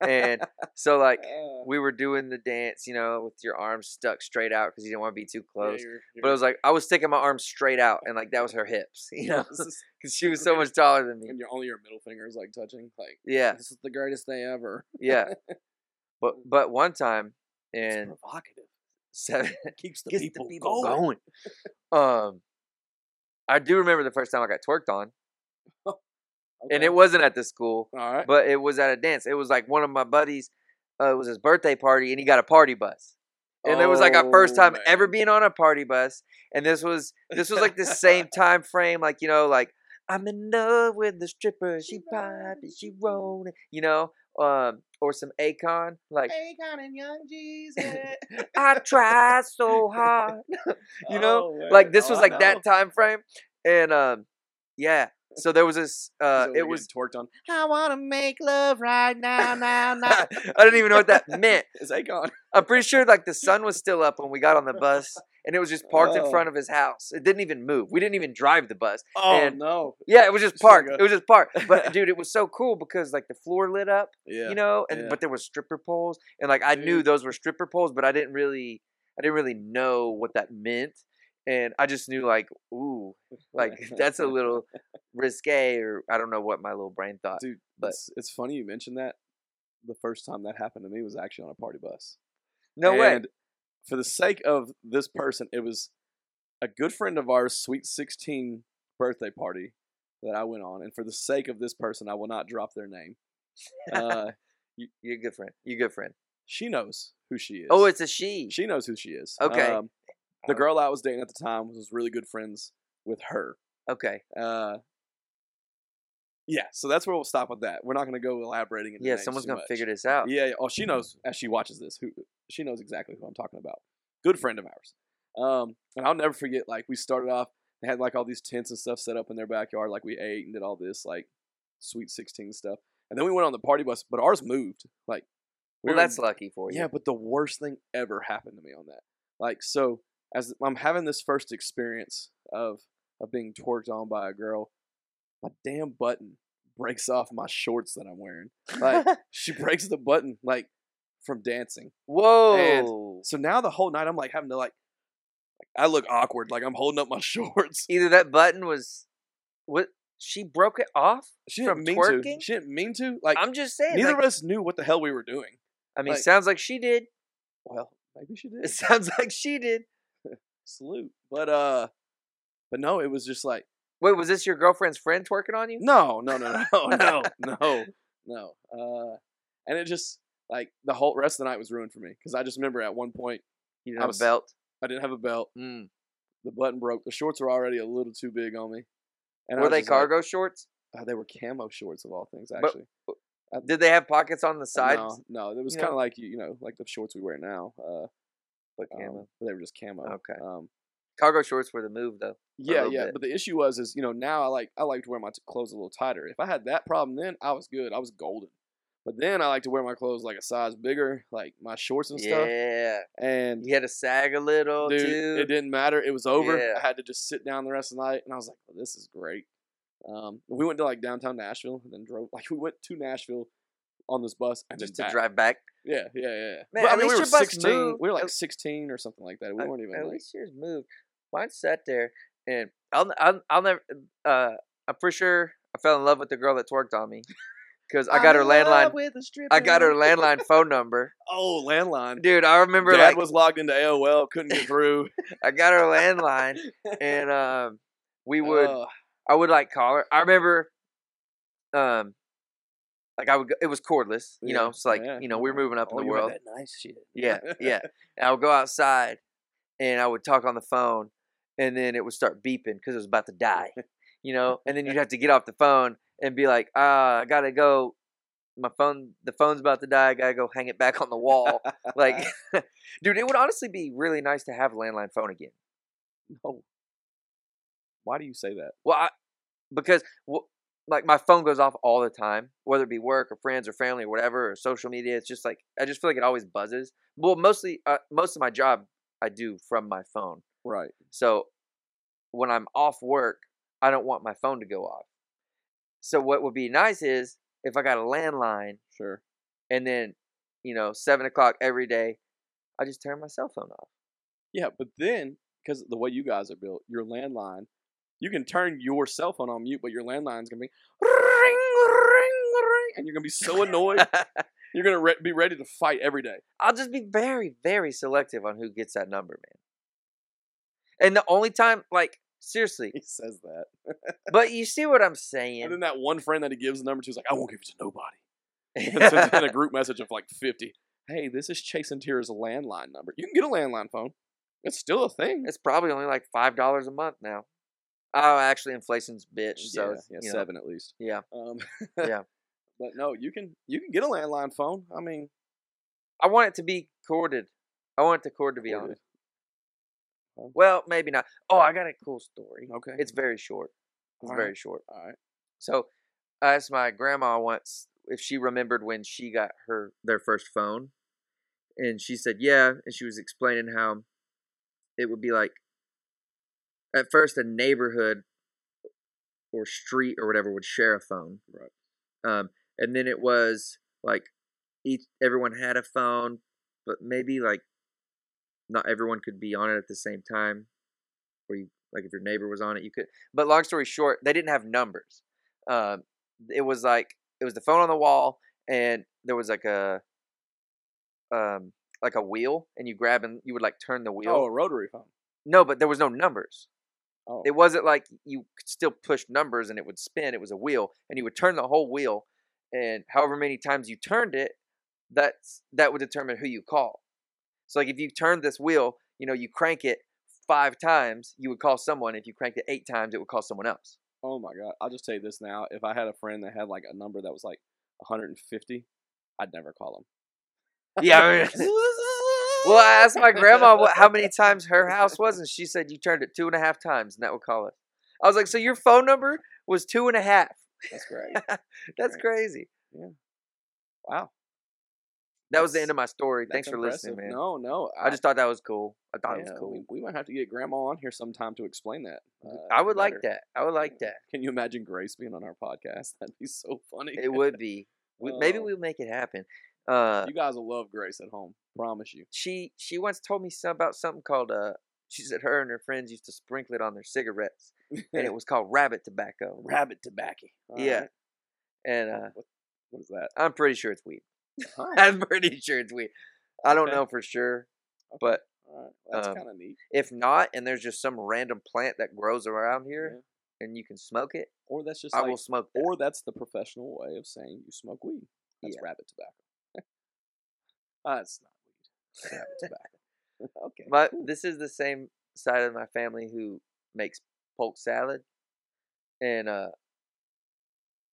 S2: and so like
S3: [laughs] Uh,
S2: we were doing the dance, you know, with your arms stuck straight out because you didn't want to be too
S3: yeah,
S2: close.
S3: you're-
S2: But it
S3: [laughs] you're-
S2: was like I was sticking my arms straight out, and like that was her hips, [laughs] you
S3: [laughs]
S2: know,
S3: this is-
S2: because she was so much taller than me.
S3: and your only your middle finger is like touching. Like
S2: Yeah,
S3: this is the greatest thing ever.
S2: yeah.
S3: [laughs]
S2: But but one time
S3: It's
S2: in
S3: provocative.
S2: seven,
S3: Keeps the,
S2: gets
S3: people,
S2: the people
S3: going. [laughs]
S2: going. um, I do remember the first time I got twerked on, and
S3: Okay.
S2: it wasn't at the school,
S3: all right.
S2: but it was at a dance. It was like one of my buddies. Uh, it was his birthday party, and he got a party bus. And it was like our first
S3: Oh,
S2: time ever
S3: man.
S2: being on a party bus. And this was this was like the
S3: [laughs]
S2: same time frame, like you know, like I'm in love with the stripper. She popping, she rolling, you know, um, or some Akon, like
S3: Akon and Young Jesus. [laughs]
S2: I tried so hard. You know,
S3: Oh,
S2: like
S3: word.
S2: this
S3: Oh,
S2: was
S3: I
S2: like that uh,
S3: know.
S2: time frame, and um, yeah. So there was this. Uh,
S3: So we
S2: it
S3: get [laughs]
S2: was. [laughs]
S3: twerked on. I wanna make love right now, now, now.
S2: I don't even know what
S3: [laughs]
S2: that meant.
S3: It's Akon.
S2: I'm pretty sure like the sun was still up when we got on the bus, and it was just parked
S3: Oh.
S2: in front of his house. It didn't even move. We didn't even drive the bus.
S3: Oh
S2: And-
S3: no.
S2: Yeah, it was just
S3: So
S2: parked.
S3: good.
S2: It was just parked.
S3: [laughs]
S2: But dude, it was so cool because like the floor lit up,
S3: Yeah.
S2: you know, and
S3: yeah.
S2: but there were stripper poles, and like I knew
S3: Dude.
S2: those were stripper poles, but I didn't really, I didn't really know what that meant, and I just knew like, ooh,
S3: [laughs]
S2: like [laughs] that's a little risque, or I don't know what my little brain thought.
S3: Dude,
S2: but-
S3: it's, it's funny you mentioned that. The first time that happened to me was actually on a party bus.
S2: no way.
S3: And For the sake of this person, it was a good friend of ours' sweet 16 birthday party that I went on. And for the sake of this person, I will not drop their
S2: [laughs]
S3: name. Uh,
S2: You, you're a good friend. You're a good friend.
S3: she knows who she is.
S2: Oh, it's a she.
S3: She knows who she is. Um,
S2: Okay.
S3: the girl I was dating at the time was really good friends with her.
S2: Okay.
S3: Uh, yeah, so that's where we'll stop with that. We're not going to go elaborating. Into
S2: Yeah,
S3: names
S2: someone's
S3: too
S2: gonna
S3: much.
S2: figure this out.
S3: Yeah, yeah. Oh, she knows as she watches this. Who she knows exactly who I'm talking about. Good friend of ours. Um, and I'll never forget. Like we started off, they had like all these tents and stuff set up in their backyard. Like we ate and did all this like sweet sixteen stuff, and then we went on the party bus. But ours moved. Like
S2: Well,
S3: were in
S2: that's lucky for you.
S3: yeah, but the worst thing ever happened to me on that. Like, so as I'm having this first experience of of being twerked on by a girl, my damn button breaks off my shorts that I'm wearing.
S2: [laughs]
S3: Like, she [laughs] breaks the button like from dancing.
S2: Whoa.
S3: So now the whole night I'm like having to like, I look awkward. Like I'm holding up my [laughs] shorts.
S2: Either that button was, what? She broke it off.
S3: She
S2: From
S3: didn't mean to.
S2: twerking?
S3: She didn't mean to. Like
S2: I'm just saying.
S3: neither
S2: like-
S3: of us knew what the hell we were doing.
S2: I mean,
S3: like-
S2: sounds like she did. [laughs]
S3: Well, maybe she did.
S2: It sounds like she did.
S3: Salute. But uh, but no, it was just like.
S2: Wait, was this your girlfriend's friend twerking on you?
S3: No, no,
S2: [laughs]
S3: no, no, no, no, no. Uh, and it just like the whole rest of the night was ruined for me because I just remember at one point
S2: you
S3: I
S2: didn't have
S3: was-
S2: a belt.
S3: I didn't have a belt,
S2: Mm.
S3: the button broke, the shorts were already a little too big on me. And I
S2: Were
S3: was
S2: they
S3: just like-
S2: cargo shorts?
S3: uh, they were camo shorts of all things,
S2: But
S3: actually.
S2: Did they have pockets on the sides?
S3: No, no, it was
S2: you
S3: kind of
S2: know-
S3: like you, you know, like the shorts we wear now. Uh,
S2: But
S3: um,
S2: camo.
S3: but they were just camo.
S2: Okay.
S3: Um,
S2: Cargo shorts were the move, though.
S3: yeah,
S2: little
S3: yeah.
S2: bit.
S3: But the issue was, is you know, now I like I like to wear my t- clothes a little tighter. If I had that problem, then I was good. I was golden. But then I like to wear my clothes like a size bigger, like my shorts and stuff.
S2: Yeah.
S3: and
S2: You had to sag a little,
S3: dude,
S2: too.
S3: it didn't matter. It was over.
S2: Yeah.
S3: I had to just sit down the rest of the night, and I was like, "This is great." Um, we went to like downtown Nashville, and then drove [laughs] like we went to Nashville on this bus and
S2: just to
S3: then back.
S2: drive back.
S3: Yeah, yeah, yeah.
S2: Man,
S3: But,
S2: at least
S3: we were
S2: your bus
S3: 16. We were
S2: moved.
S3: like
S2: At-
S3: sixteen or something like that. We
S2: I-
S3: weren't even
S2: At
S3: like.
S2: least yours moved. Mine sat there, and I'll n- I'll, I'll never. Uh, I'm pretty sure I fell in love with the girl that twerked on me, because I got her landline. I got her landline phone [laughs] number,
S3: Oh, landline.
S2: dude. I remember
S3: Dad
S2: like
S3: was logged into AOL, couldn't get [laughs] through.
S2: I got her [laughs] landline, and um, we would
S3: Uh,
S2: I would like call her. I remember, um, like I would go, it was cordless, you
S3: Yeah,
S2: know. It's like
S3: yeah,
S2: you know we were moving up
S3: oh,
S2: in the
S3: you had
S2: world.
S3: that nice shit. [laughs]
S2: Yeah, yeah. And I would go outside and I would talk on the phone, and then it would start beeping because it was about to die, you know. And then you'd have to get off the phone and be like, "Ah, I gotta go. My phone, the phone's about to die. I gotta go hang it back on the wall." like, [laughs] dude, it would honestly be really nice to have a landline phone again.
S3: No. Why do you say that?
S2: Well, I, because w like my phone goes off all the time, whether it be work or friends or family or whatever or social media. It's just like I just feel like it always buzzes. Well, mostly uh, most of my job I do from my phone.
S3: Right.
S2: So when I'm off work, I don't want my phone to go off. So what would be nice is if I got a landline
S3: Sure.
S2: and then, you know, seven o'clock every day, I just turn my cell phone off.
S3: Yeah, but then because the way you guys are built, your landline, you can turn your cell phone on mute, but your landline's gonna be [laughs] ring, ring, ring, and you're gonna be
S2: [laughs]
S3: so annoyed. you're gonna re- be ready to fight every day.
S2: I'll just be very, very selective on who gets that number, man. And the only time, like, seriously,
S3: He says that,
S2: but you see what I'm saying? [laughs]
S3: and then that one friend that he gives the number to is like, "I won't give it to nobody." And
S2: [laughs]
S3: sends in a group message of like fifty. Hey, this is Chase and Tira's landline number. You can get a landline phone. It's still a thing.
S2: it's probably only like five dollars a month now. Oh, actually, inflation's bitch. So
S3: yeah,
S2: it's,
S3: uh, yeah,
S2: you know,
S3: seven at least.
S2: yeah.
S3: Um, [laughs]
S2: Yeah.
S3: But no, you can you can get a landline phone. I mean,
S2: I want it to be corded. I want it to cord to be
S3: Corded.
S2: honest.
S3: Well.
S2: Well, maybe not. Oh, I got a cool story.
S3: okay,
S2: It's very short. It's
S3: All right.
S2: very short.
S3: all right.
S2: So I asked my grandma once if she remembered when she got her their first phone. And she said, Yeah, and she was explaining how it would be like at first a neighborhood or street or whatever would share a phone.
S3: Right.
S2: Um, and then it was like each everyone had a phone, but maybe like not everyone could be on it at the same time. Or you like if your neighbor was on it, you could. But long story short, they didn't have numbers. Um, it was like it was the phone on the wall, and there was like a um like a wheel, and you grab and you would like turn the wheel.
S3: Oh, a rotary phone.
S2: No, but there was no numbers.
S3: Oh,
S2: It wasn't like you could still push numbers and it would spin. It was a wheel, and you would turn the whole wheel, and however many times you turned it, that's that would determine who you call. So like if you turned this wheel, you know, you crank it five times, you would call someone. If you cranked it eight times, it would call someone else.
S3: oh my god! I'll just tell you this now: if I had a friend that had like a number that was like 150, I'd never call him.
S2: Yeah,
S3: [laughs]
S2: I mean- [laughs] Well, I asked my grandma what, how many times her house was, and she said you turned it two and a half times, and that would call it. I was like, so your phone number was two and a half.
S3: That's
S2: [laughs]
S3: great.
S2: That's
S3: Right.
S2: crazy.
S3: Wow.
S2: That was the
S3: That's-
S2: end of my story. Thanks
S3: that's
S2: for listening,
S3: impressive.
S2: man.
S3: No, no.
S2: I just thought that was cool. I thought it
S3: yeah,
S2: was cool. Mm-hmm.
S3: We, we might have to get grandma on here sometime to explain that. uh,
S2: I would like
S3: better.
S2: that. I would like that.
S3: [laughs] Can you imagine Grace being on our podcast? [laughs] That'd be so funny. [laughs]
S2: It would be. We, maybe
S3: Oh.
S2: we'll make it happen. Uh,
S3: You guys will love Grace at home. Promise you.
S2: she she once told me some about something called uh. She said her and her friends used to sprinkle it on their cigarettes, and
S3: [laughs]
S2: it was called rabbit tobacco.
S3: Rabbit tobacco. All
S2: Yeah.
S3: right.
S2: And uh,
S3: What, what
S2: [laughs]
S3: is that?
S2: I'm pretty sure it's weed.
S3: Huh.
S2: I'm pretty sure it's weed. I don't
S3: Okay.
S2: know for sure, but
S3: All right. That's
S2: Um,
S3: kind of neat.
S2: if not, and there's just some random plant that grows around here, and you can smoke it,
S3: Or that's just
S2: I
S3: like,
S2: will smoke. That.
S3: or that's the professional way of saying you smoke weed. That's
S2: Yeah.
S3: rabbit tobacco. [laughs] uh, it's not weed.
S2: [laughs]
S3: It's rabbit tobacco. [laughs] okay.
S2: My, this is the same side of my family who makes poke salad, and uh,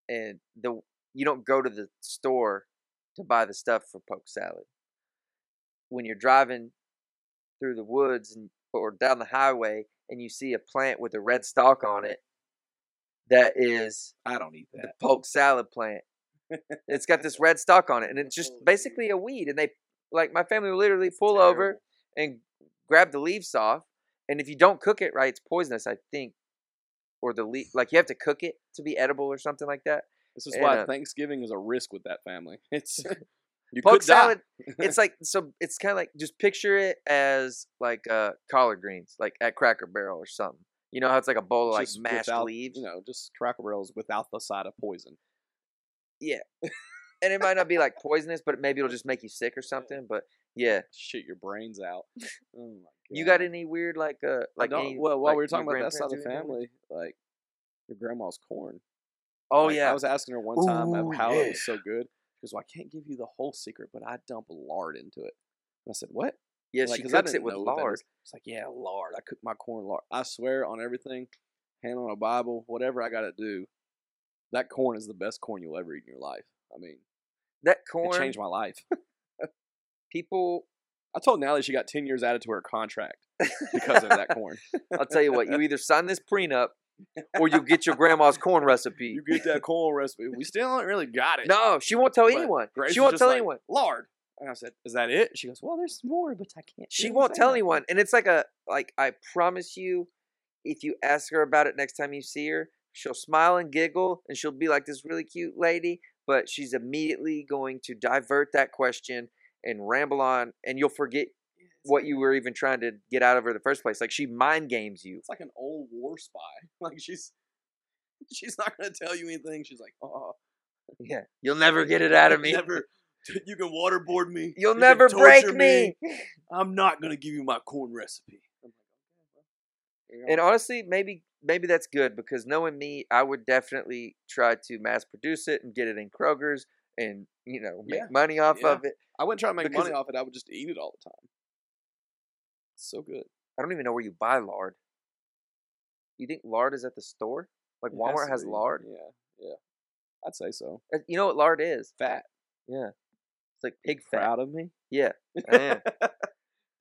S2: and the you don't go to the store to buy the stuff for poke salad. When you're driving through the woods and, or down the highway, and you see a plant with a red stalk on it, that is
S3: [laughs] I don't eat
S2: the
S3: that.
S2: poke salad plant. It's got this red stalk on it, and it's just
S3: Oh,
S2: basically a weed. And they, like, my family will literally pull over and grab the leaves off. And if you don't cook it right, it's poisonous, I think. or the leaf. Like you have to cook it to be edible or something like that.
S3: This is why
S2: And, uh,
S3: Thanksgiving is a risk with that family. [laughs]
S2: [laughs]
S3: It's you
S2: Poke
S3: could die.
S2: salad. it's like so. It's kind of like just picture it as like uh, collard greens, like at Cracker Barrel or something. You know how it's like a bowl of
S3: Just
S2: like mashed
S3: without,
S2: leaves.
S3: You know, just Cracker Barrels without the side of poison.
S2: and it might not be like poisonous, but maybe it'll just make you sick or something. But yeah,
S3: Shit your
S2: [laughs]
S3: brains out. Oh my God.
S2: you got any weird like uh
S3: I
S2: like
S3: don't-
S2: any,
S3: well, while
S2: like,
S3: we were talking
S2: your
S3: about that side of
S2: grandparents
S3: the
S2: doing anything?
S3: family, like your grandma's corn.
S2: Oh
S3: Like,
S2: yeah,
S3: I was asking her one time of
S2: Ooh,
S3: how it was
S2: yeah.
S3: so good. She goes, "Well, I can't give you the whole secret, but I dump lard into it." And I said, "What?"
S2: yeah.
S3: Like,
S2: she
S3: 'cause I
S2: cooks it
S3: didn't
S2: with
S3: know what that
S2: lard.
S3: is. It's like, yeah, lard. I cook my corn lard. I swear on everything, hand on a Bible, whatever I got to do. That corn is the best corn you'll ever eat in your life. I mean,
S2: That corn.
S3: it changed my life.
S2: people.
S3: I told Natalie she got ten years added to her contract [laughs] because of that corn.
S2: [laughs] I'll tell you what. You either sign this prenup, or you get
S3: [laughs]
S2: your grandma's corn recipe.
S3: You get that corn recipe. We still haven't really got it.
S2: No, she won't tell
S3: But
S2: anyone.
S3: Grace
S2: she
S3: was
S2: won't
S3: just
S2: tell
S3: like,
S2: anyone.
S3: Lard. And I said, "Is that it?" She goes, "Well, there's more, but I can't."
S2: She
S3: really
S2: won't
S3: say
S2: tell
S3: nothing."
S2: anyone. And it's like a like I promise you, if you ask her about it next time you see her, she'll smile and giggle and she'll be like this really cute lady, but she's immediately going to divert that question and ramble on and you'll forget what you were even trying to get out of her in the first place. Like she mind games you.
S3: It's like an old war spy. [laughs] Like she's she's not gonna tell you anything. She's like, "Oh,
S2: Yeah. You'll never get it
S3: [laughs]
S2: out of
S3: You
S2: me.
S3: Never, you can waterboard me.
S2: You'll
S3: you can
S2: never break
S3: torture
S2: me.
S3: I'm not gonna give you my corn recipe. I'm like, okay,
S2: And
S3: well,
S2: honestly, maybe maybe that's good because knowing me, I would definitely try to mass produce it and get it in Kroger's and you know make
S3: Yeah,
S2: money off
S3: yeah.
S2: of it.
S3: I wouldn't try to make
S2: because-
S3: money off it. I would just eat it all the time. So good.
S2: I don't even know where you buy lard. You think lard is at the store? Like
S3: It has
S2: Walmart
S3: to
S2: has
S3: be.
S2: lard.
S3: Yeah, yeah. I'd say so.
S2: Uh, You know what lard is?
S3: Fat.
S2: Yeah, it's like pig fat.
S3: Proud of me, [laughs]
S2: Yeah, I am.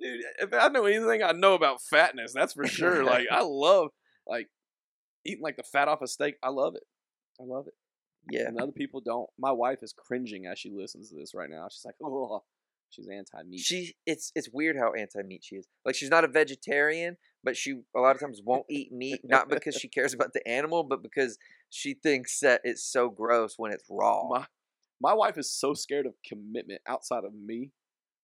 S3: dude. If I know anything, I know about fatness. That's for [laughs] sure. like I love like eating like the fat off a steak. I love it. I love it.
S2: yeah.
S3: And other people don't. My wife is cringing as she listens to this right now. She's like, oh, she's anti meat.
S2: She it's it's weird how anti meat she is. Like she's not a vegetarian, but she a lot of times won't eat meat not because she cares about the animal, but because she thinks that it's so gross when it's raw.
S3: my my wife is so scared of commitment outside of me.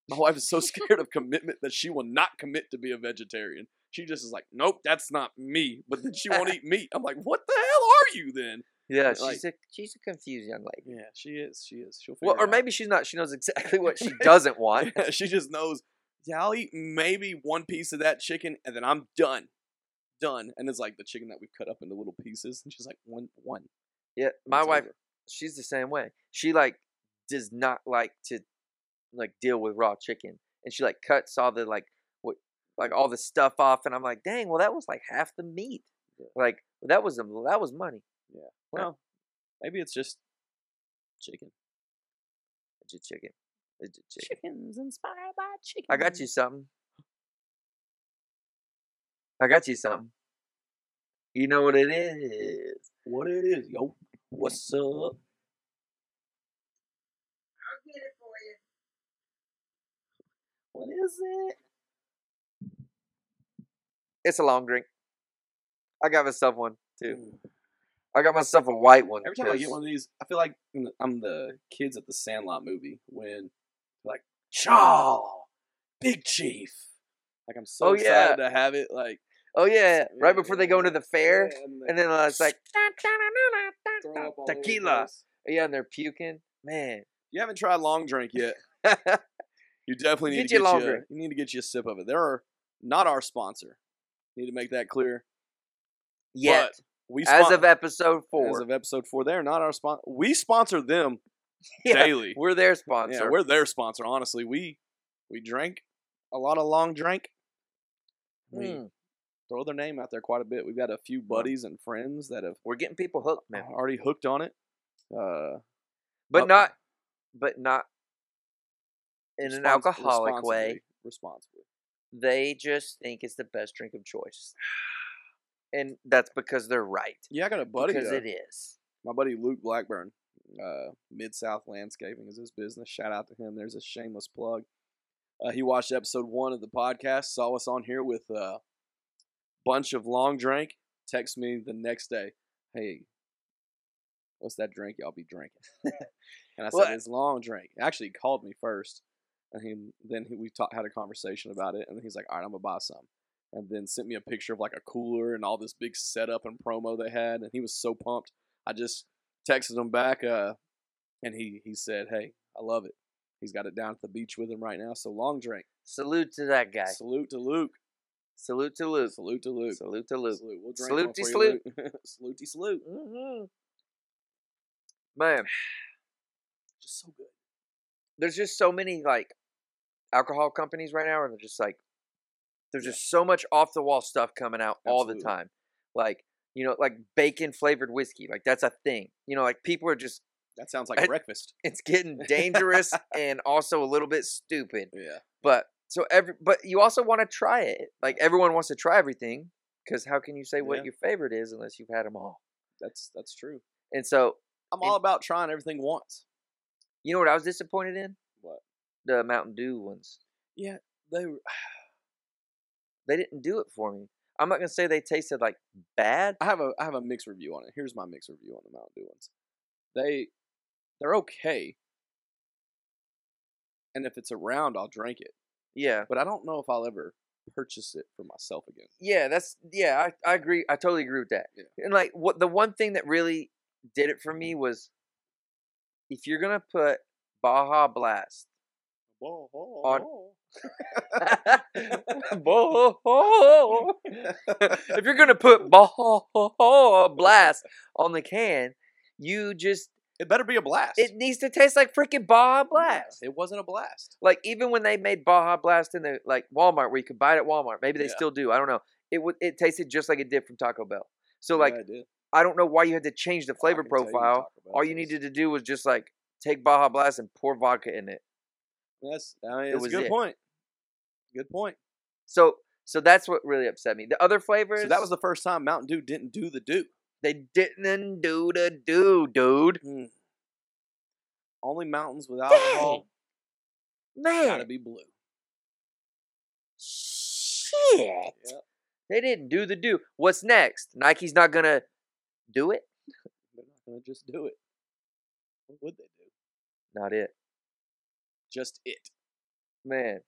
S3: My wife [laughs] is so scared of commitment that she will not commit to be a vegetarian. She just is like, nope, that's not me. But then she [laughs] won't eat meat. I'm like, what the hell are you then?
S2: Yeah,
S3: But,
S2: she's a she's a confused young lady.
S3: Yeah, she is. She is. She'll
S2: Well,
S3: figure
S2: or
S3: it out.
S2: maybe she's not. She knows exactly what she doesn't
S3: [laughs]
S2: want.
S3: Yeah, she just knows. Yeah, I'll eat maybe one piece of that chicken, and then I'm done, done. And it's like the chicken that we've cut up into little pieces, and she's like, one, one.
S2: Yeah, my
S3: it's
S2: wife,
S3: over."
S2: she's the same way. She like does not like to like deal with raw chicken, and she like cuts all the like what like all the stuff off, and I'm like, dang, well that was like half the meat. Like that was a, that was money.
S3: Well, maybe it's just chicken.
S2: It's just chicken. It's just chicken.
S3: Chickens inspired by chicken.
S2: I got you something. I got you something. You know what it is.
S3: What it is, yo? What's up? What is it?
S2: It's a long drink. I got myself one too.
S3: Dude,
S2: I got myself a white one.
S3: every time I get
S2: 'cause-
S3: one of these, I feel like I'm the- I'm the kids at the Sandlot movie when they're like, Chaw, Big Chief. Like I'm so
S2: Oh, yeah.
S3: excited to have it. Like
S2: Oh yeah, right before they go
S3: Yeah,
S2: into the fair,
S3: yeah, and
S2: and then uh, it's like
S3: throw up all over the
S2: tequila.
S3: place.
S2: Yeah, and they're puking. Man, [laughs]
S3: You haven't tried long drink yet.
S2: I
S3: You definitely need
S2: Get
S3: to
S2: you
S3: get
S2: long
S3: you.
S2: drink.
S3: You need to get you a sip of it. There are not our sponsor. Need to make that clear.
S2: Yet.
S3: But we
S2: as
S3: spon-
S2: of episode four,
S3: as of episode four, they're not our sponsor. We sponsor them
S2: [laughs] yeah,
S3: daily.
S2: we're their
S3: Yeah,
S2: sponsor.
S3: we're their sponsor. Honestly, we we drink a lot of long drink. We
S2: Mm,
S3: throw their name out there quite a bit. We've got a few buddies and friends that have
S2: we're getting people hooked, man,
S3: already hooked on it. Uh,
S2: Uh-huh. but
S3: up-
S2: not, but not in an
S3: respons-
S2: alcoholic
S3: responsibly-
S2: way.
S3: responsibly.
S2: They just think it's the best drink of choice, and that's because they're right.
S3: Yeah, I got a buddy.
S2: because
S3: though.
S2: it is.
S3: my buddy Luke Blackburn, uh, Mid South Landscaping is his business. Shout out to him. There's a shameless plug. Uh, he watched episode one uh, of the podcast, saw us on here with a bunch of long drink, Text me the next day, hey, what's that drink y'all be drinking? [laughs] and I said,
S2: Well-
S3: it's long drink. Actually, he called me first. And he, then he, we talked, had a conversation about it. And he's like, all right, I'm going to buy some. And then sent me a picture of like a cooler and all this big setup and promo they had. And he was so pumped. I just texted him back. Uh, and he, he said, hey, I love it. He's got it down at the beach with him right now. So long drink.
S2: Salute to that guy.
S3: Salute to Luke.
S2: Salute to Luke.
S3: Salute to Luke.
S2: Salute to Luke.
S3: Salute. We'll drink one
S2: Salutey
S3: for you, Luke. [laughs] Salutey salute. Mm-hmm.
S2: Mhm. Man,
S3: [sighs] Just so good.
S2: there's just so many like alcohol companies right now, and they're just like, there's just so much off the wall stuff coming out all the
S3: Absolutely.
S2: time. Like, you know, like bacon flavored whiskey. Like, that's a thing. You know, like people are just, [laughs]
S3: That sounds like
S2: I-
S3: breakfast.
S2: it's getting dangerous and also a little bit stupid.
S3: Yeah.
S2: But so every, but you also want to try it. Like, everyone wants to try everything because how can you say what
S3: Yeah.
S2: your favorite is unless you've had them all?
S3: That's that's true.
S2: And so,
S3: I'm
S2: And-
S3: all about trying everything once.
S2: you know what I was disappointed in?
S3: What?
S2: The Mountain Dew ones.
S3: Yeah, they were,
S2: they didn't do it for me. I'm not gonna say they tasted like bad.
S3: I have a I have a mixed review on it. Here's my mixed review on the Mountain Dew ones. They they're okay. And if it's around, I'll drink it.
S2: Yeah,
S3: But I don't know if I'll ever purchase it for myself again.
S2: yeah, that's yeah. I, I agree. I totally agree with that.
S3: Yeah.
S2: And like, what the one thing that really did it for me was if you're gonna put Baja
S3: [laughs]
S2: Blast, [laughs] Baja- if you're gonna put Baja Blast on the can, you just
S3: it better be a blast.
S2: it needs to taste like freaking Baja
S3: Yeah,
S2: Blast.
S3: It wasn't a blast.
S2: like even when they made Baja Blast in the like Walmart where you could buy it at Walmart, maybe they
S3: Yeah.
S2: still do. I don't know. It would it tasted just like it did from Taco Bell. So like
S3: Yeah, it did.
S2: I don't know why you had to change the
S3: Well, I
S2: flavor
S3: can tell you
S2: profile.
S3: Taco Bell
S2: All you
S3: tastes-
S2: needed to do was just like take Baja Blast and pour vodka in it.
S3: That's I mean, it's
S2: was
S3: a good
S2: it.
S3: point. Good point.
S2: So so that's what really upset me. The other flavors
S3: So that was the first time Mountain Dew didn't do the do.
S2: they didn't do the do, dude.
S3: Hmm. Only mountains with alcohol gotta
S2: Man,
S3: be blue.
S2: shit. They didn't do the do. What's next? Nike's not gonna do it.
S3: They're not gonna just do it. What would they do?
S2: Not it.
S3: Just it.
S2: man,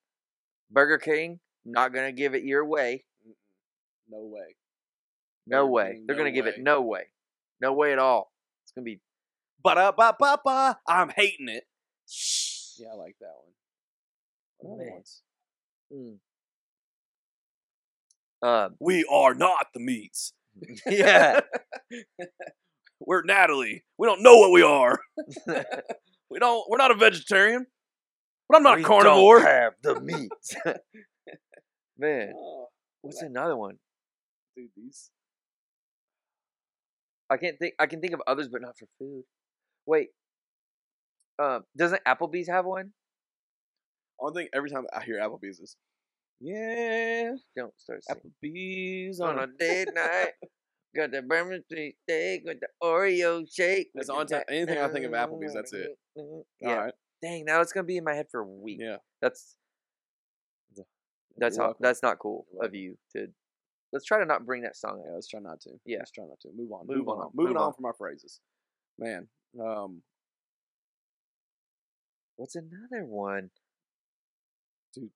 S2: Burger King not gonna give it your way.
S3: Mm-mm. No way.
S2: No
S3: Burger
S2: way.
S3: King,
S2: They're
S3: no
S2: gonna give it
S3: way.
S2: no way, no way at all. It's gonna be
S3: But uh, ba ba ba. I'm hating it. Yeah, I like that one. What other
S2: Man.
S3: ones?
S2: mm. um
S3: We are not the meats.
S2: [laughs] yeah
S3: We're Natalie. We don't know what we [laughs] are. we don't. We're not a vegetarian. But I'm not
S2: We
S3: a
S2: don't
S3: carnivore.
S2: have the meat, [laughs] man.
S3: Oh,
S2: What's another one?
S3: dude, these.
S2: I can't think. I can think of others, but not for food. Wait, um, doesn't Applebee's have one?
S3: Only thing every time I hear Applebee's is, yeah,
S2: Don't start singing.
S3: Applebee's
S2: on a date night. Got the Bourbon Street steak with the Oreo shake. with
S3: That's
S2: the
S3: on time-
S2: ta-
S3: anything I think of Applebee's, that's it.
S2: Yeah.
S3: All right.
S2: Dang, now it's gonna be in my head for a week.
S3: Yeah.
S2: That's that's
S3: You're
S2: how,
S3: welcome.
S2: that's not cool
S3: You're
S2: of you to. Let's try to not bring that song
S3: Yeah,
S2: up.
S3: let's try not to.
S2: Yeah.
S3: Let's try not to. Move on.
S2: Move
S3: Move,
S2: on,
S3: on.
S2: move
S3: Moving on.
S2: on.
S3: from our phrases. Man. Um,
S2: What's another one?
S3: Dude.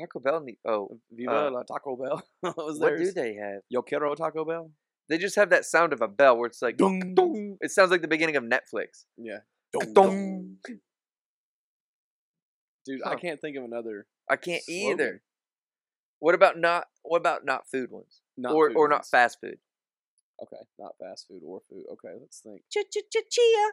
S2: Taco Bell. need- Oh,
S3: Viva
S2: Uh,
S3: la Taco Bell. [laughs] That was
S2: what do
S3: theirs.
S2: they have?
S3: Yo quiero Taco Bell.
S2: They just have that sound of a bell where it's like
S3: Dung.
S2: dung. It sounds like the beginning of Netflix.
S3: Yeah.
S2: Dung.
S3: Dude,
S2: Huh.
S3: I can't think of another.
S2: I can't
S3: Slogan.
S2: either. What about not? What about not food ones?
S3: Not
S2: or
S3: food
S2: or not
S3: ones.
S2: fast food?
S3: Okay, not fast food or food. Okay,
S2: [laughs]
S3: let's think. [laughs]
S2: Chia.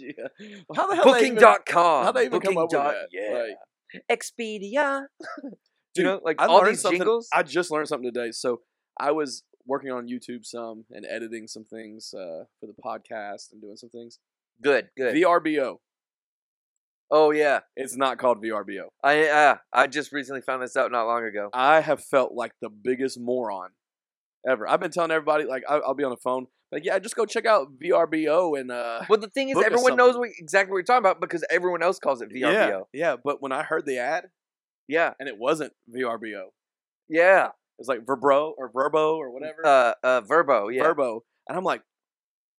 S3: yeah. [laughs] How the hell they even-
S2: Booking.com.
S3: How they even come up with
S2: Booking.com,
S3: that?
S2: Yeah.
S3: Like,
S2: Expedia.
S3: Dude,
S2: you know, like
S3: I
S2: all
S3: learned
S2: these
S3: something-
S2: jingles.
S3: I just learned something today. So I was working on YouTube some and editing some things uh, for the podcast and doing some things.
S2: good, good.
S3: VRBO.
S2: oh yeah,
S3: It's not called VRBO.
S2: I uh, I just recently found this out not long ago.
S3: I have felt like the biggest moron ever. I've been telling everybody, like, I, I'll be on the phone, like, yeah, just go check out VRBO and uh, [laughs]
S2: Well, the thing is,
S3: Book us
S2: everyone knows
S3: something.
S2: what, exactly what you're talking about because everyone else calls it
S3: Yeah,
S2: VRBO.
S3: yeah. But when I heard the ad
S2: Yeah,
S3: and it wasn't VRBO,
S2: yeah.
S3: It's like Verbro or Verbo or whatever.
S2: Uh, uh, Verbo. Yeah.
S3: Verbo. And I'm like,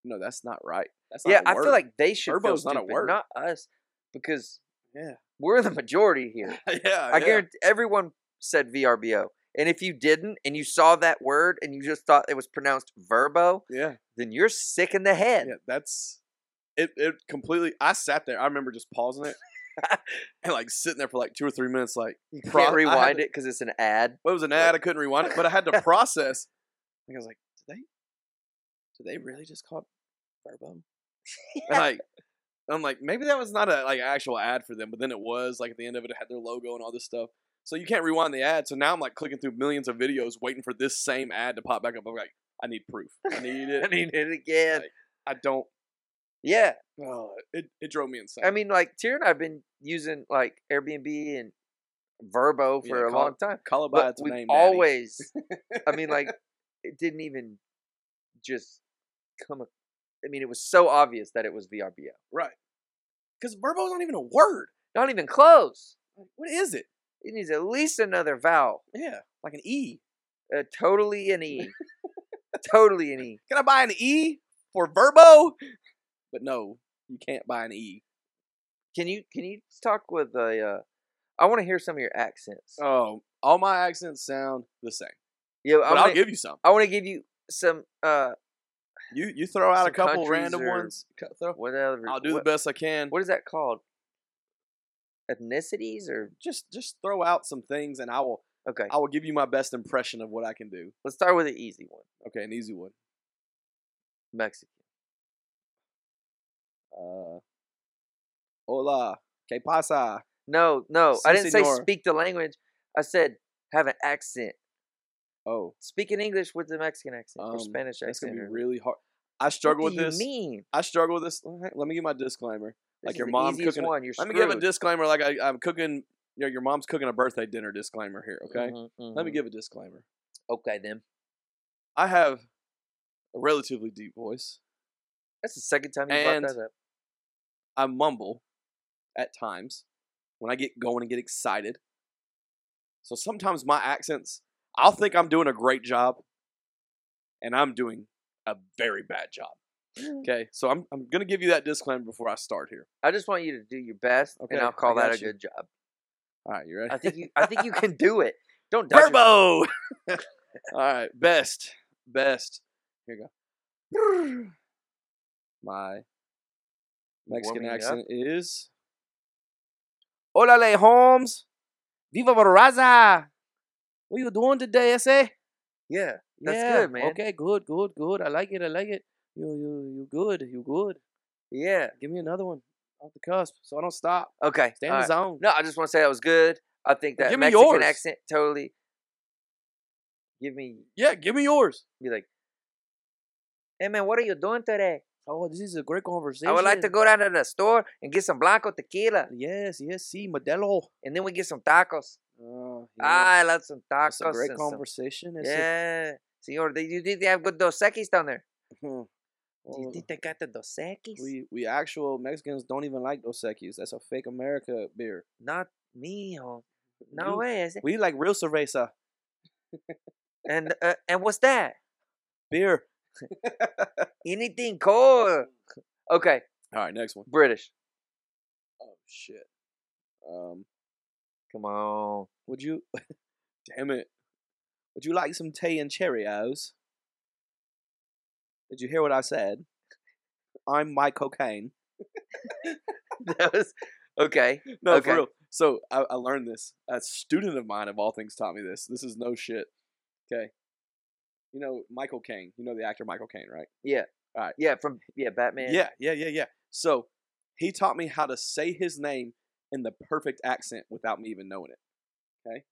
S3: no, that's not right. That's not
S2: yeah.
S3: a
S2: I feel
S3: word.
S2: like they should.
S3: Verbo's
S2: feel
S3: not a
S2: stupid,
S3: word.
S2: Not us, because
S3: Yeah.
S2: we're the majority
S3: [laughs]
S2: here.
S3: [laughs] yeah.
S2: I guarantee everyone said VRBO. And if you didn't, and you saw that word, and you just thought it was pronounced Verbo,
S3: Yeah.
S2: then you're sick in the head.
S3: Yeah. That's it. It completely. I sat there. I remember just pausing
S2: [laughs]
S3: it and like sitting there for like two or three minutes. Like
S2: You can't
S3: Pro- [laughs] I had
S2: rewind
S3: to-
S2: it because it's an ad.
S3: it was an ad. I couldn't rewind it, but I
S2: [laughs]
S3: had to process. Like, I was like, did they? Did they really just call it Verbo? And like, I'm like, maybe that was not a like actual ad for them, but then it was. Like at the end of it, it had their logo and all this stuff. So you can't rewind the ad. So now I'm like clicking through millions of videos, waiting for this same ad to pop back up. I'm like, I need proof. I
S2: [laughs]
S3: need
S2: I
S3: it.
S2: mean it again.
S3: Like- I don't.
S2: Yeah,
S3: Oh, it it drove me insane.
S2: I mean, like Tier and I've been using like Airbnb and Verbo
S3: Yeah,
S2: for a
S3: call
S2: long
S3: it
S2: time,
S3: call it by
S2: but
S3: its
S2: we
S3: name. Daddy.
S2: always. I mean,
S3: [laughs]
S2: like it didn't even just come. A, I mean, it was so obvious that it was VRBO.
S3: right, because Verbo's not even a word.
S2: Not even close.
S3: Like, What is it?
S2: It needs at least another vowel.
S3: Yeah, like an E.
S2: Uh, totally
S3: [laughs]
S2: an E. totally an E.
S3: Can I buy an E for Verbo? But no, you can't buy an E.
S2: Can you can you talk with a? Uh, I want to hear some of your accents.
S3: Oh, all my accents sound the same,
S2: yeah, I
S3: but I'll
S2: want to.
S3: give you some.
S2: I want to give you some. uh
S3: You you throw out a
S2: Some
S3: couple
S2: countries
S3: random
S2: or-
S3: ones. Cut- throw-
S2: Whatever.
S3: I'll do
S2: what-
S3: the best I can.
S2: what is that called? Ethnicities or
S3: Just just throw out some things, and I will
S2: okay.
S3: I will give you my best impression of what I can do.
S2: Let's start with an easy one.
S3: Okay, an easy one.
S2: Mexican.
S3: Uh, hola, que pasa?
S2: No, no, I
S3: Sí,
S2: didn't say
S3: señor.
S2: speak the language. I said have an accent.
S3: Oh,
S2: Speak in English with the Mexican accent or
S3: Um,
S2: Spanish
S3: that's
S2: accent.
S3: gonna be
S2: or-
S3: really hard. I struggle
S2: what
S3: with
S2: do
S3: this.
S2: You mean?
S3: I struggle with this. Let let me give my disclaimer.
S2: This
S3: Like
S2: is
S3: your
S2: the
S3: mom
S2: easiest
S3: cooking a-
S2: One. You're
S3: Let me give a
S2: screwed.
S3: disclaimer. Like I, I'm cooking. You know, your mom's cooking a birthday dinner disclaimer here. Okay.
S2: Mhm,
S3: Let me
S2: mhm.
S3: give a disclaimer.
S2: Okay, then.
S3: I have a relatively deep voice.
S2: That's the second time you
S3: And-
S2: brought that up.
S3: I mumble at times when I get going and get excited. So sometimes my accents, I'll think I'm doing a great job, and I'm doing a very bad job. Okay, so I'm I'm gonna give you that disclaimer before I start here.
S2: I just want you to do your best,
S3: Okay,
S2: and I'll
S3: I
S2: call that
S3: got
S2: a
S3: you.
S2: good job.
S3: All right, you ready?
S2: I
S3: [laughs]
S2: think you. I think you can do it. Don't doubt yourself.
S3: Verbo. [laughs] All right, best, best. Here we go. [laughs] My Mexican
S2: warming up?
S3: accent is. Olale Holmes, Viva Barraza. What you doing today, essay?
S2: Yeah, that's
S3: Yeah,
S2: good, man.
S3: Okay, good, good, good. I like it. I like it. You, you, you good. You good.
S2: Yeah.
S3: Give me another one off the cusp, so I don't stop.
S2: Okay.
S3: Stay in
S2: all
S3: the
S2: right.
S3: zone.
S2: No, I just want to say that was good. I think that
S3: Give me
S2: Mexican
S3: yours.
S2: accent totally. Give me
S3: Yeah, give me yours.
S2: be like, hey man, what are you doing today?
S3: Oh, this is a great conversation.
S2: I would like to go down to the store and get some blanco tequila,
S3: Yes, yes, see, Modelo.
S2: and then we get some tacos.
S3: Oh,
S2: I love some tacos.
S3: It's a great
S2: and some-
S3: conversation. It's a-
S2: Ah, yeah, senor, do you think they have good Dos Equis down there?
S3: Hmm.
S2: Do you
S3: Well,
S2: think they got the Dos Equis?
S3: we we actual Mexicans don't even like Dos Equis. That's a fake America beer.
S2: Not me, oh. No
S3: You-
S2: way. Is it?
S3: We like real cerveza
S2: And uh, and what's that?
S3: beer.
S2: Anything cold? Okay,
S3: All right, next one.
S2: British.
S3: Oh shit. Um,
S2: Come on. [laughs]
S3: would you? [laughs] Damn it. Would you like some tea and Cheerios? Did you hear what I said? I'm my cocaine.
S2: that was okay.
S3: No,
S2: Okay.
S3: for real. So I, I learned this. A student of mine, of all things, taught me this. This is no shit. Okay. You know Michael Caine. You know the actor Michael Caine, right?
S2: Yeah, from yeah, Batman.
S3: Yeah, yeah, yeah, yeah. So he taught me how to say his name in the perfect accent without me even knowing it. Okay.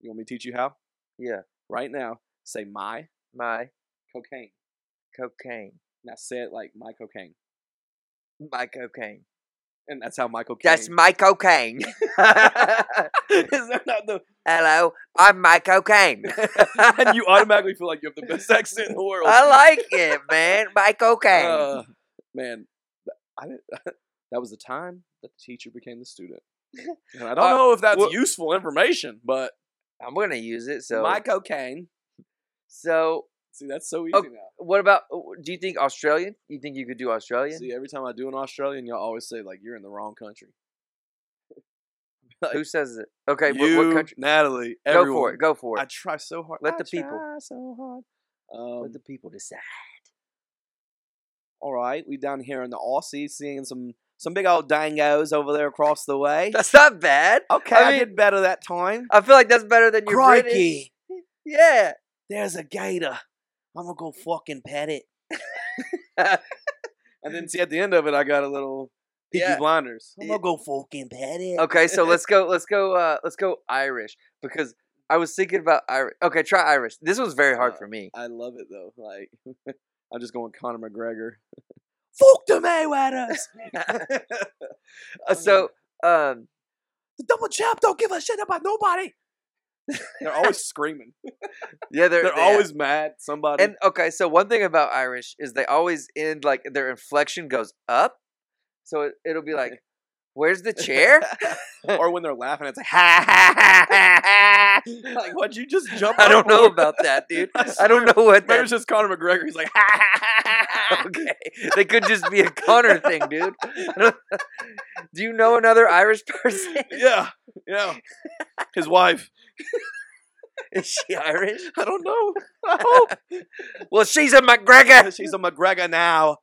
S3: You want me to teach you how?
S2: Yeah.
S3: Right now, say my
S2: My
S3: cocaine.
S2: cocaine.
S3: Now say it like my cocaine,
S2: My cocaine.
S3: and that's how Michael. Caine.
S2: That's my cocaine. [laughs]
S3: is that not the?
S2: Hello, I'm my cocaine.
S3: [laughs] [laughs]
S2: [laughs]
S3: And you automatically feel like you have the best accent in the world.
S2: I like it, man. My cocaine.
S3: Uh, man, th- I didn't, [laughs] that was the time that the teacher became the student. And I don't
S2: Uh,
S3: know if that's
S2: well-
S3: useful information, but
S2: I'm gonna use it. Oh, So
S3: My cocaine.
S2: so
S3: See, that's so easy
S2: Okay.
S3: now.
S2: what about? Do you think Australian? You think you could do Australian?
S3: See, every time I do an Australian, y'all always say like you're in the wrong country. like,
S2: Who says it? Okay, what-
S3: you,
S2: what country?
S3: Natalie,
S2: Go
S3: everyone.
S2: for it. Go for
S3: I
S2: it.
S3: try so hard.
S2: Let
S3: I
S2: the people-
S3: try so hard. Um,
S2: Let the people decide.
S3: all right, we down here in the Aussie seeing some some big old dangos over there across the
S2: [laughs]
S3: way.
S2: That's not bad.
S3: Okay,
S2: I
S3: I,
S2: mean-
S3: did better that time.
S2: I feel like that's better than your British.
S3: Crikey,
S2: Yeah.
S3: there's a gator. I'm gonna go fucking pet it. [laughs] and then see at the end of it, I got a little Peaky
S2: Yeah.
S3: Blinders. I'm
S2: Yeah.
S3: gonna go fucking pet it.
S2: Okay, so let's go. Let's
S3: [laughs]
S2: go. Uh, let's go Irish because I was thinking about Irish. Okay, try Irish. This was very hard
S3: Uh,
S2: for
S3: [laughs]
S2: me. [laughs]
S3: I love it though. Like [laughs] I'm just going Conor McGregor. [laughs] Fuck the Mayweathers. Oh,
S2: Uh, so um,
S3: the double champ don't give a shit about nobody. They're [laughs] always screaming.
S2: yeah, they're,
S3: They're
S2: yeah.
S3: always mad. Somebody. [laughs]
S2: and okay. So one thing about Irish is they always end like their inflection goes up, so it, it'll be like, "Where's the
S3: [laughs]
S2: chair?"
S3: or when they're laughing, it's like ha ha ha ha. ha. Like what'd you [laughs] just jump?
S2: I
S3: up
S2: don't know
S3: for?
S2: about that, dude.
S3: [laughs] I
S2: I don't know what
S3: Maybe
S2: that
S3: [laughs] it's just Conor McGregor. He's like ha ha ha ha. ha.
S2: [laughs] okay. They could just be a Connor thing, dude. I don't- [laughs] Do you know another Irish [laughs] person?
S3: Yeah, yeah. His wife.
S2: Is she Irish?
S3: [laughs] I don't know. I hope. [laughs]
S2: Well, she's a McGregor.
S3: She's a McGregor now.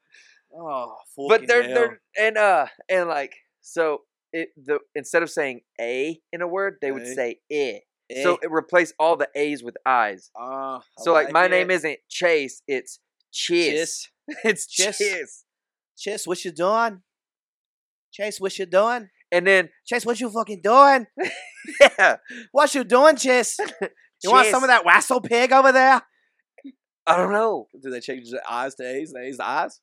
S3: Oh,
S2: But they're
S3: fucking hell.
S2: they're and uh and like so it the instead of saying a in a word, they would
S3: Eh.
S2: say i.
S3: Eh.
S2: So it replace all the a's with i's.
S3: Ah, I
S2: So like, my
S3: it.
S2: name isn't Chase, it's Chis.
S3: Chase.
S2: [laughs] It's
S3: Chis.
S2: Chis.
S3: Chase, what you doing? Chase, what you doing?
S2: And then
S3: Chase, what you fucking [laughs] doing?
S2: yeah,
S3: What you doing, [laughs] Chase? You want some of that wassail pig over there?
S2: I don't know.
S3: Do they change the eyes to A's and A's to eyes?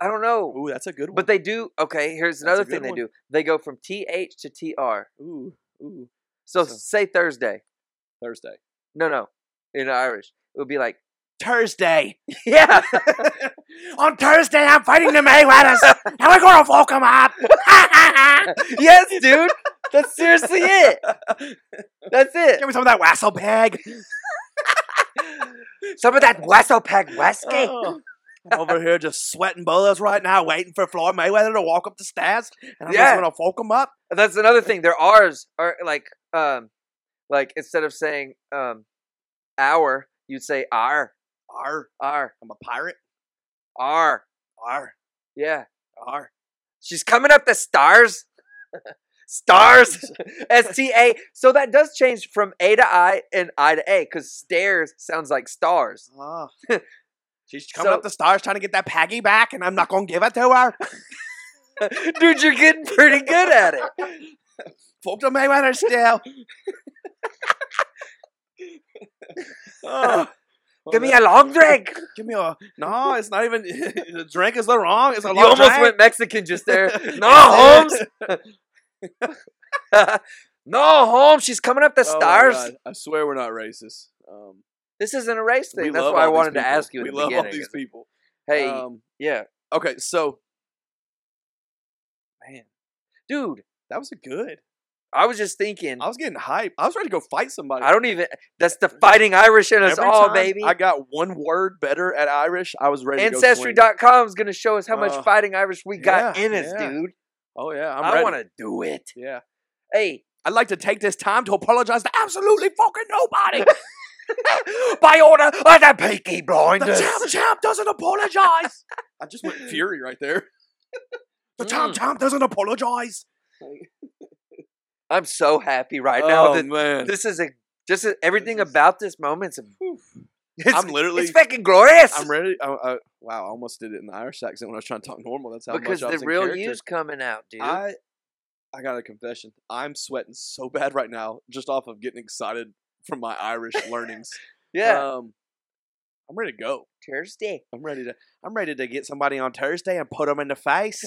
S2: I don't know.
S3: Ooh, that's a good one.
S2: But they do. Okay, here's
S3: That's a
S2: another
S3: good
S2: thing they
S3: one.
S2: do. They go from th to tr.
S3: ooh, ooh,
S2: So,
S3: So-
S2: say Thursday. [laughs]
S3: Thursday.
S2: No, no, in Irish it would be
S3: [laughs]
S2: like
S3: Thursday.
S2: yeah.
S3: On Thursday, I'm fighting the Mayweathers. [laughs] Now we're gonna fuck them up.
S2: yes, dude. That's seriously it. That's it.
S3: Give me some of that wassail pig.
S2: Some of that Wesselpeg whiskey.
S3: Oh. I'm over here just sweating bullets right now, waiting for Floyd Mayweather to walk up the stairs, and I'm
S2: Yeah.
S3: just gonna folk him up.
S2: That's another thing. Their R's are like, um, like instead of saying um, our, you'd say R,
S3: R.
S2: R,
S3: I'm a pirate.
S2: R.
S3: R.
S2: Yeah.
S3: R.
S2: She's coming up the stars. [laughs] stars. [laughs] S T A. So that does change from A to I and I to A because stairs sounds like stars. [laughs]
S3: Ah. She's coming
S2: So-
S3: up the stars trying to get that Paggy back, and I'm not gonna give it to
S2: [laughs]
S3: her. [laughs]
S2: Dude, you're getting pretty good at it.
S3: Folk the Mayweather still. oh.
S2: Give me a long drink.
S3: Give me a no. It's not even [laughs] the drink is the wrong. It's a
S2: You
S3: long
S2: almost
S3: drink.
S2: went Mexican just
S3: [laughs]
S2: there. [laughs] No, Holmes. [laughs] no, Holmes. She's coming up the
S3: Oh my
S2: stars.
S3: God, I swear we're not racist. Um,
S2: This isn't a race
S3: we
S2: thing. That's
S3: love
S2: why I
S3: all these
S2: wanted to
S3: people.
S2: ask you. In
S3: We
S2: the
S3: love
S2: beginning.
S3: all these people.
S2: Hey,
S3: Um,
S2: yeah,
S3: okay, so man,
S2: dude.
S3: that was a good.
S2: I was just thinking.
S3: I was getting hype. I was ready to go fight somebody.
S2: I don't even. That's the fighting Irish in us
S3: Every
S2: all,
S3: time
S2: baby.
S3: I got one word better at Irish. I was ready. To go
S2: Ancestry.com is going to show us how much
S3: Uh,
S2: fighting Irish we got
S3: yeah,
S2: in us,
S3: yeah.
S2: dude.
S3: swing. oh yeah, I'm
S2: i
S3: ready.
S2: want to do it.
S3: Yeah,
S2: Hey, [laughs]
S3: I'd like to take this time to apologize to absolutely fucking nobody. [laughs]
S2: by [laughs] order of the Peaky
S3: the
S2: Blinders.
S3: champ champ doesn't apologize. I
S2: [laughs]
S3: just went fury right there. the champ champ doesn't apologize.
S2: I'm so happy right now that
S3: Oh, man,
S2: this is a just a, everything
S3: is-
S2: about this moment's. A, it's,
S3: [laughs]
S2: [laughs]
S3: I'm literally.
S2: it's fucking glorious
S3: I'm ready. I, I, wow, I almost did it in the Irish accent when I was trying to talk normal. That's how
S2: because
S3: much I
S2: the
S3: was in
S2: real
S3: character.
S2: you's coming out, dude. Uh,
S3: I I got a confession. I'm sweating so [laughs] bad right now, just off of getting excited from my
S2: [laughs]
S3: Irish learnings.
S2: yeah,
S3: Um, I'm ready to go.
S2: Thursday.
S3: I'm ready to. I'm ready to get somebody on Thursday and put them in
S2: [laughs]
S3: the face.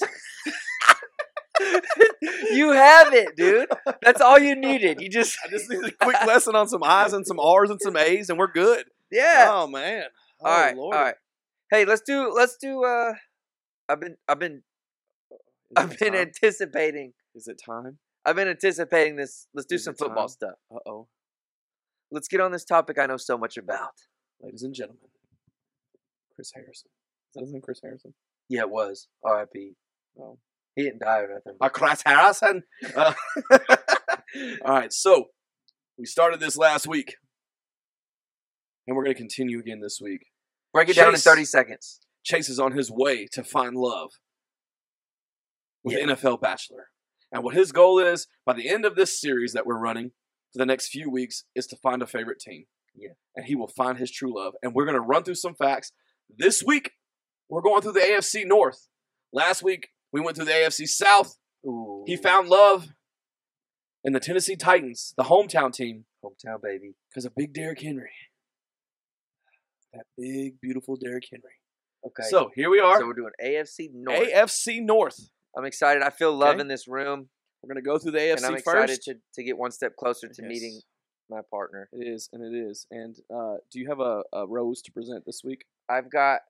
S2: You have it, dude. That's all you needed. You just
S3: I just need a quick lesson on some I's and some R's and some A's, and we're good.
S2: [laughs] yeah.
S3: Oh man. Oh,
S2: all right,
S3: Lord.
S2: all right. Hey, let's do let's do. uh I've been I've been
S3: Is
S2: I've
S3: it
S2: been
S3: time?
S2: anticipating.
S3: Is it time?
S2: I've been anticipating this. Let's do
S3: Is
S2: some
S3: it
S2: football
S3: time?
S2: stuff.
S3: Uh oh.
S2: Let's get on this topic I know so much about.
S3: Ladies and gentlemen, Chris Harrison. Is that his name, Chris Harrison?
S2: Yeah, it was. R.I.P.
S3: Oh.
S2: He didn't die or nothing.
S3: Uh, Chris Harrison. Uh, [laughs] all right, so we started this last week, and we're going to continue again this week.
S2: Break it down in
S3: Chase.
S2: 30 seconds.
S3: Chase is on his way to find love with
S2: Yeah.
S3: NFL Bachelor. And what his goal is by the end of this series that we're running for the next few weeks is to find a favorite team.
S2: Yeah.
S3: And he will find his true love. And we're going to run through some facts. This week, we're going through the AFC North. Last week, we went through the AFC South.
S2: Ooh.
S3: He found love in the Tennessee Titans, the hometown team,
S2: hometown baby.
S3: because of big Derrick Henry. That big, beautiful Derrick Henry.
S2: Okay.
S3: So here we are.
S2: So we're doing AFC North.
S3: AFC North.
S2: I'm excited. I feel love in this room,
S3: We're gonna go through the AFC
S2: and I'm excited
S3: first.
S2: to, to get one step closer to meeting
S3: Yes,
S2: my partner.
S3: It is, and it is. And uh, do you have a, a rose to present this week?
S2: I've got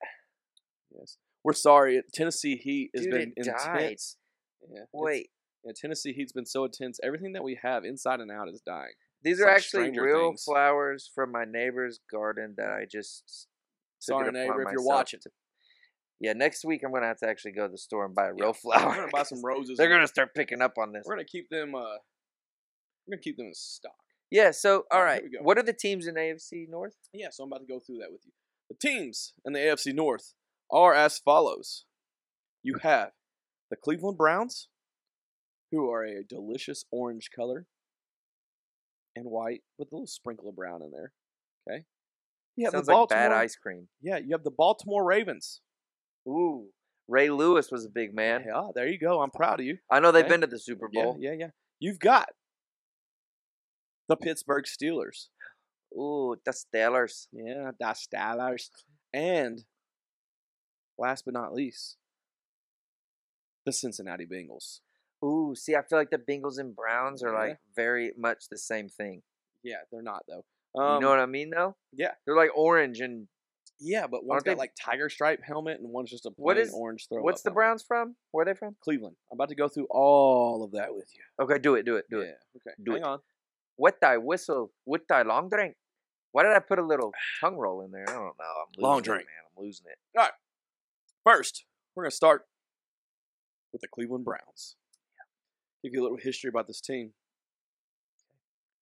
S3: Yes. We're sorry. Tennessee heat has
S2: Dude,
S3: been
S2: it
S3: intense.
S2: died.
S3: Yeah, it's-
S2: wait.
S3: yeah, Tennessee heat's been so intense. Everything that we have inside and out is dying.
S2: These
S3: it's
S2: are
S3: like
S2: actually
S3: Stranger
S2: real
S3: Things.
S2: flowers from my neighbor's garden that I just s- took it
S3: Sorry,
S2: upon
S3: neighbor, if you're
S2: myself
S3: watching.
S2: to- yeah, next week I'm gonna have to actually go to the store and buy a
S3: Yeah,
S2: real [laughs]
S3: We're
S2: flower.
S3: gonna buy some roses.
S2: They're gonna start picking up on this.
S3: We're gonna keep them. Uh, we're gonna keep them in stock.
S2: Yeah. So, all
S3: Oh, here
S2: right.
S3: we go.
S2: What are the teams in AFC North?
S3: Yeah, so I'm about to go through that with you. The teams in the AFC North are as follows. You have the Cleveland Browns, who are a delicious orange color and white with a little sprinkle of brown in there. Okay. You have
S2: Sounds
S3: the
S2: like
S3: Baltimore,
S2: bad ice cream.
S3: Yeah, you have the Baltimore Ravens.
S2: Ooh. Ray Lewis was a big man.
S3: Yeah, ah, there you go. I'm proud of you.
S2: I know they've
S3: Okay.
S2: been to the Super Bowl.
S3: Yeah, yeah, yeah. You've got the Pittsburgh Steelers.
S2: Ooh, the Steelers.
S3: Yeah, the Steelers. And last but not least, the Cincinnati Bengals.
S2: Ooh, see, I feel like the Bengals and Browns are
S3: Yeah.
S2: like very much the same thing.
S3: Yeah, they're not though. Um,
S2: you know what I mean, though?
S3: yeah.
S2: They're like orange and
S3: yeah, but one's
S2: Aren't they-
S3: got like tiger stripe helmet and one's just a plain
S2: What is-
S3: orange throw.
S2: what's
S3: up
S2: the
S3: helmet.
S2: Browns from? Where are they from?
S3: Cleveland. I'm about to go through all of that with you.
S2: Okay, do it, do it, do it.
S3: Yeah, okay.
S2: Do
S3: Hang
S2: it.
S3: on.
S2: What thy whistle, what thy long drink? Why did I put a
S3: [sighs]
S2: little tongue roll in there? I don't know. I'm losing
S3: Long
S2: it,
S3: drink.
S2: man. I'm losing it.
S3: First, we're gonna start with the Cleveland Browns. Give you a little history about this team.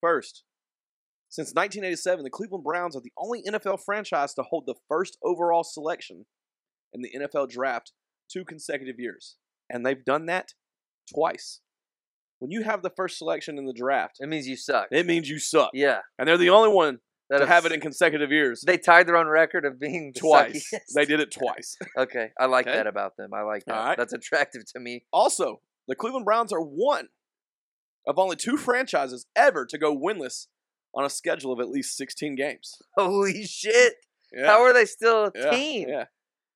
S3: First, since 1987, the Cleveland Browns are the only NFL franchise to hold the first overall selection in the NFL draft two consecutive years. And they've done that twice. When you have the first selection in the draft,
S2: It means you suck.
S3: it means you suck.
S2: yeah.
S3: And they're the only one
S2: That
S3: to
S2: is-
S3: have it in consecutive years.
S2: [laughs] They tied their own record of being the
S3: Twice.
S2: suckiest.
S3: They did it twice.
S2: [laughs] Okay, I like
S3: Okay.
S2: that about them. I like that.
S3: All right.
S2: That's attractive to me. [laughs]
S3: Also, the Cleveland Browns are one of only two franchises ever to go winless on a schedule of at least 16 games.
S2: Holy shit!
S3: Yeah.
S2: How are they still a
S3: yeah,
S2: team?
S3: Yeah.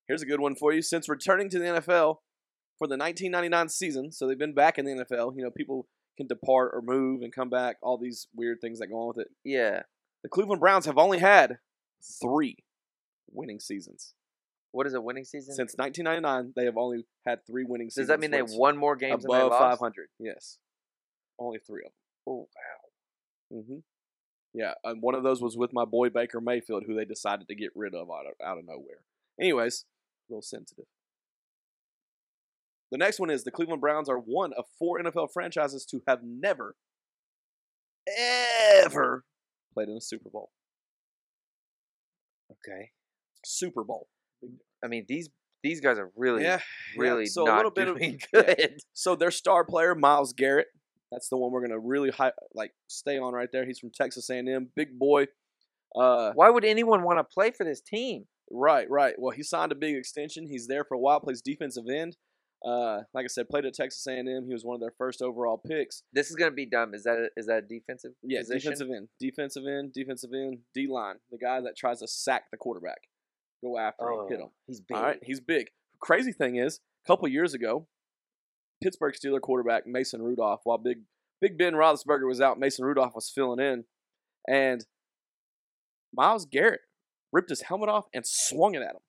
S3: Here's a good one for you. Since returning to the NFL for the 1999 season, so they've been back in the NFL, you know, people can depart or move and come back, all these weird things that go on with it.
S2: yeah.
S3: The Cleveland Browns have only had three winning seasons.
S2: What is a winning season?
S3: Since 1999, they have only had three winning
S2: Does
S3: seasons.
S2: that mean they
S3: where it's
S2: won more games than they
S3: above
S2: lost?
S3: 500? Yes. Only three of them.
S2: Oh,
S3: Mm-hmm. Yeah, and one of those was with my boy Baker Mayfield, who they decided to get rid of out of, out of nowhere. Anyways, a little sensitive. The next one is the Cleveland Browns are one of four NFL franchises to have never, ever played in a Super Bowl.
S2: okay.
S3: Super Bowl.
S2: I mean these these guys are really
S3: yeah,
S2: really
S3: so a
S2: not
S3: little bit of-
S2: doing [laughs]
S3: yeah.
S2: good.
S3: So their star player, Miles Garrett, that's the one we're gonna really hi- like stay on right there. He's from Texas A&M, big boy. Uh,
S2: Why would anyone want to play for this team?
S3: Right, right. Well, he signed a big extension. He's there for a while. Plays defensive end. Uh, like I said, played at Texas A&M. He was one of their first overall picks.
S2: This is gonna be dumb. Is that a, is that a defensive?
S3: Yeah,
S2: position?
S3: defensive end, defensive end, defensive end, D line. The guy that tries to sack the quarterback, go after him, hit him.
S2: Oh, he's big.
S3: All right, he's big. Crazy thing is, a couple years ago, Pittsburgh Steeler quarterback Mason Rudolph, while Big Big Ben Roethlisberger was out, Mason Rudolph was filling in, and Miles Garrett ripped his helmet off and swung it at him.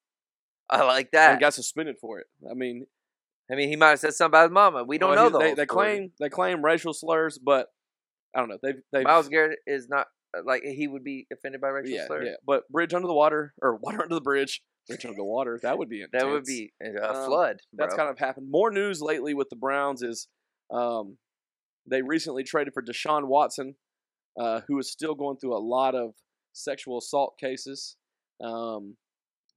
S2: I like
S3: and
S2: that.
S3: got suspended for it. I mean,
S2: I mean, he might have said something about his mama. We don't know
S3: well, he-
S2: the
S3: They,
S2: whole
S3: they
S2: story.
S3: claim they claim racial slurs, but I don't know. They've, they've
S2: Miles Garrett is not uh, like he would be offended by racial
S3: yeah,
S2: slur.
S3: yeah. But bridge under the water or water [laughs] under the bridge, bridge under the water. That would be intense.
S2: That would be a
S3: Um,
S2: flood.
S3: That's kind of happened. More news lately with the Browns is um, they recently traded for Deshaun Watson, uh, who is still going through a lot of sexual assault cases. Um,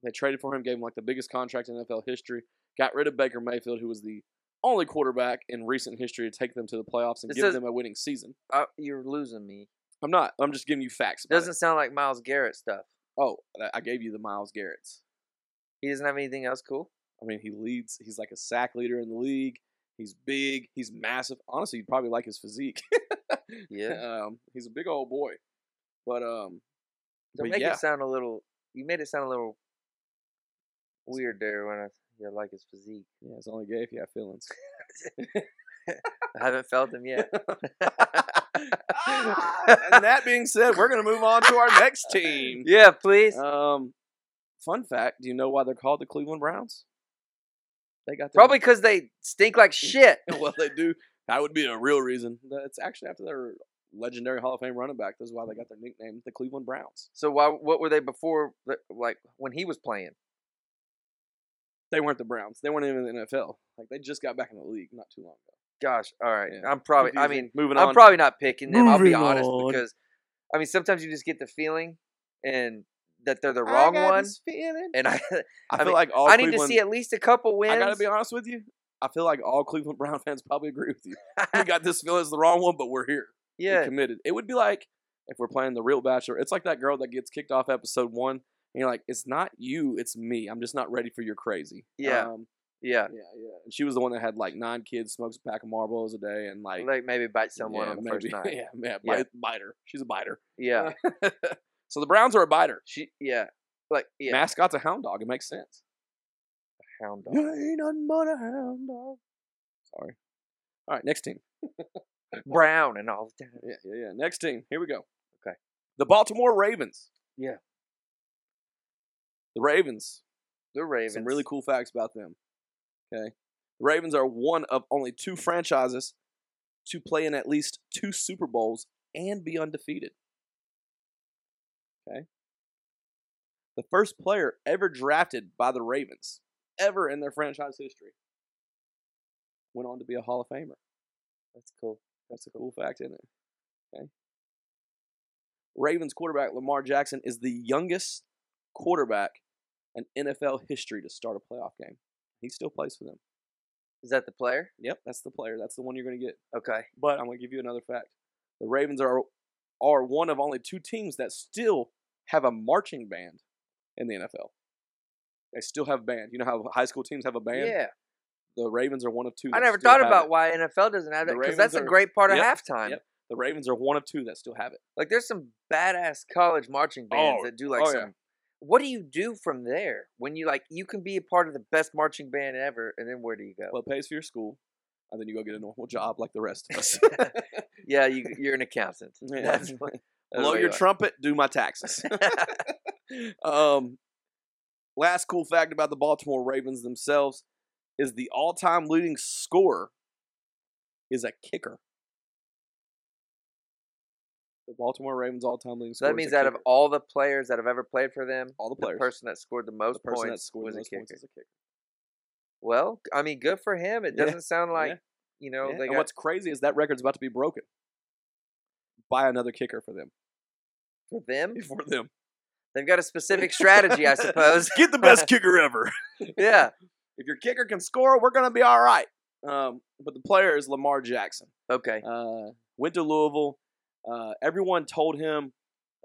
S3: they traded for him, gave him like the biggest contract in NFL history. Got rid of Baker Mayfield, who was the only quarterback in recent history to take them to the playoffs and
S2: It
S3: give
S2: says-
S3: them a winning season.
S2: of you're losing me.
S3: I'm not. I'm just giving you facts. about it.
S2: Doesn't sound like Miles Garrett stuff.
S3: Oh, I- I gave you the Miles Garrett's.
S2: He doesn't have anything else cool.
S3: I mean, he leads. He's like a sack leader in the league. He's big. He's massive. Honestly, you'd probably like his physique.
S2: Yeah.
S3: um, he's a big old boy. But um,
S2: To
S3: But
S2: make
S3: yeah.
S2: it sound a little, you made it sound a little weird there when I yeah, like his physique.
S3: yeah, it's only gay if you have feelings.
S2: I haven't felt him yet.
S3: [laughs]
S2: [laughs]
S3: and that being said, we're gonna move on to our [laughs] next team.
S2: yeah, please.
S3: Uh, Um, fun fact: Do you know why they're called the Cleveland Browns? They got their- [laughs]
S2: Probably because they stink like
S3: Mm.
S2: shit.
S3: well, they do. That would be a real reason. That's actually after their legendary Hall of Fame running back. That's why they got their nickname, the Cleveland Browns.
S2: So why? What were they before? the- Like when he was playing?
S3: They weren't the Browns. They weren't even in the NFL. Like they just got back in the league not too long ago.
S2: Gosh, all right.
S3: Yeah.
S2: I'm probably. I
S3: Confusing.
S2: mean,
S3: moving
S2: I'm
S3: on.
S2: probably not picking them. I'll be
S3: Moving
S2: honest
S3: on.
S2: because, I mean, sometimes you just get the feeling and that they're the wrong one, and I [laughs]
S3: I,
S2: I
S3: feel
S2: mean,
S3: like all
S2: I need to
S3: Cleveland,
S2: see at least a couple wins.
S3: I gotta be honest with you. I feel like all Cleveland Brown fans probably agree with you. we got this feeling it's the wrong one, but we're here. We're
S2: yeah,
S3: committed. It would be like if we're playing the Real Bachelor. It's like that girl that gets kicked off episode one, and you're like, "It's not you, it's me. I'm just not ready for your crazy."
S2: Yeah.
S3: Um,
S2: yeah.
S3: Yeah, yeah. And she was the one that had like nine kids, smokes a pack of Marlbos a day, and like
S2: Like maybe bite someone
S3: yeah,
S2: on the
S3: maybe- [laughs]
S2: first night.
S3: Yeah, yeah,
S2: Yeah.
S3: Bite, biter. She's a biter.
S2: Yeah,
S3: so the Browns are a biter.
S2: she. Yeah, like yeah.
S3: Mascot's a hound dog. It makes sense.
S2: Hound dog.
S3: ain't nothing but a hound dog. Sorry. All right, next team.
S2: Brown and all the time.
S3: Yeah, yeah, yeah. Next team. Here we go.
S2: Okay.
S3: The Baltimore Ravens.
S2: Yeah.
S3: The Ravens.
S2: The Ravens.
S3: Some really cool facts about them. Okay. The Ravens are one of only two franchises to play in at least two Super Bowls and be undefeated. Okay. The first player ever drafted by the Ravens, ever in their franchise history, went on to be a Hall of Famer.
S2: That's cool.
S3: That's a cool fact, isn't it? Okay. Ravens quarterback Lamar Jackson is the youngest quarterback in NFL history to start a playoff game. He still plays for them.
S2: Is that the player?
S3: Yep, that's the player. That's the one you're going to get.
S2: Okay.
S3: But I'm going to give you another fact. The Ravens are are one of only two teams that still have a marching band in the NFL. They still have band. You know how high school teams have a band?
S2: Yeah.
S3: The Ravens are one of two.
S2: I
S3: that
S2: never
S3: still
S2: thought
S3: have
S2: about
S3: it.
S2: why NFL doesn't have
S3: The
S2: that because
S3: Ravens
S2: that's a
S3: are-
S2: great part of
S3: Yep,
S2: halftime.
S3: yep. The Ravens are one of two that still have it.
S2: Like there's some badass college marching bands
S3: Oh,
S2: that do like
S3: oh,
S2: some.
S3: yeah.
S2: What do you do from there when you like you can be a part of the best marching band ever, and then where do you go?
S3: Well, it pays for your school, and then you go get a normal job like the rest of us.
S2: [laughs] yeah, you, you're an accountant.
S3: [laughs] Yeah.
S2: That's what- [laughs] that's
S3: Blow
S2: what you
S3: your
S2: are.
S3: trumpet, do my taxes. um, last cool fact about the Baltimore Ravens themselves is the all-time leading scorer is a kicker. The Baltimore Ravens all-time leading
S2: So
S3: scorer.
S2: that
S3: is
S2: means
S3: a
S2: out of
S3: kicker.
S2: all the players that have ever played for them,
S3: all the
S2: the
S3: players,
S2: person that scored the
S3: the
S2: most
S3: person that
S2: points
S3: scored
S2: was
S3: the
S2: a
S3: most
S2: kicker.
S3: points is a kicker.
S2: Well, I mean, good for him. It
S3: Yeah,
S2: doesn't sound like
S3: yeah,
S2: you know
S3: Yeah,
S2: Oh, they
S3: and
S2: got
S3: what's crazy is that record's about to be broken [laughs] by another kicker
S2: [laughs]
S3: for them.
S2: for
S3: [laughs]
S2: them.
S3: For them.
S2: They've got a specific strategy,
S3: [laughs]
S2: I suppose.
S3: Get
S2: [laughs]
S3: the best kicker ever. [laughs]
S2: yeah.
S3: If your kicker can score, we're going to be all right. Um, but the player is Lamar Jackson.
S2: Okay.
S3: Uh, went to Louisville. Uh, everyone told him,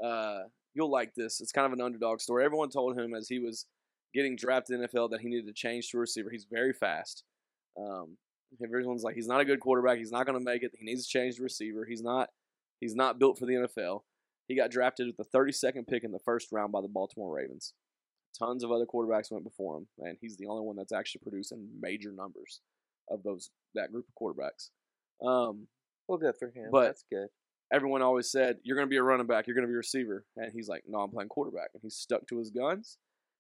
S3: uh, you'll like this. It's kind of an underdog story. Everyone told him as he was getting drafted in the NFL that he needed to change to receiver. He's very fast. Um, everyone's like, he's not a good quarterback. He's not going to make it. He needs to change to receiver. He's not. He's not built for the NFL. He got drafted with the 32nd pick in the first round by the Baltimore Ravens. Tons of other quarterbacks went before him, and he's the only one that's actually producing major numbers of those that group of quarterbacks. Um,
S2: Well, good for him.
S3: But-
S2: That's good.
S3: everyone always said, You're going to be a running back, you're going to be a receiver. And he's like, No, I'm playing quarterback. And he stuck to his guns.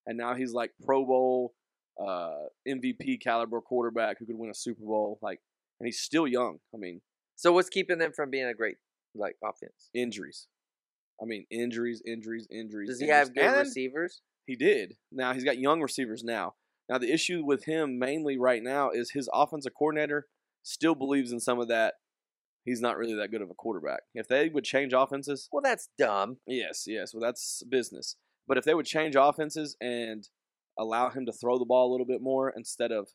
S3: And now he's like Pro Bowl, uh, MVP caliber quarterback who could win a Super Bowl. Like, and he's still young. I mean,
S2: So what's keeping them from being a great like offense?
S3: injuries. I mean, injuries, injuries, injuries.
S2: Does he
S3: injuries.
S2: have good
S3: And
S2: receivers?
S3: He did. Now he's got young receivers now. Now the issue with him mainly right now is his offensive coordinator still believes in some of that. He's not really that good of a quarterback. If they would change offenses,
S2: Well, that's dumb.
S3: yes, yes, well that's business. But if they would change offenses and allow him to throw the ball a little bit more instead of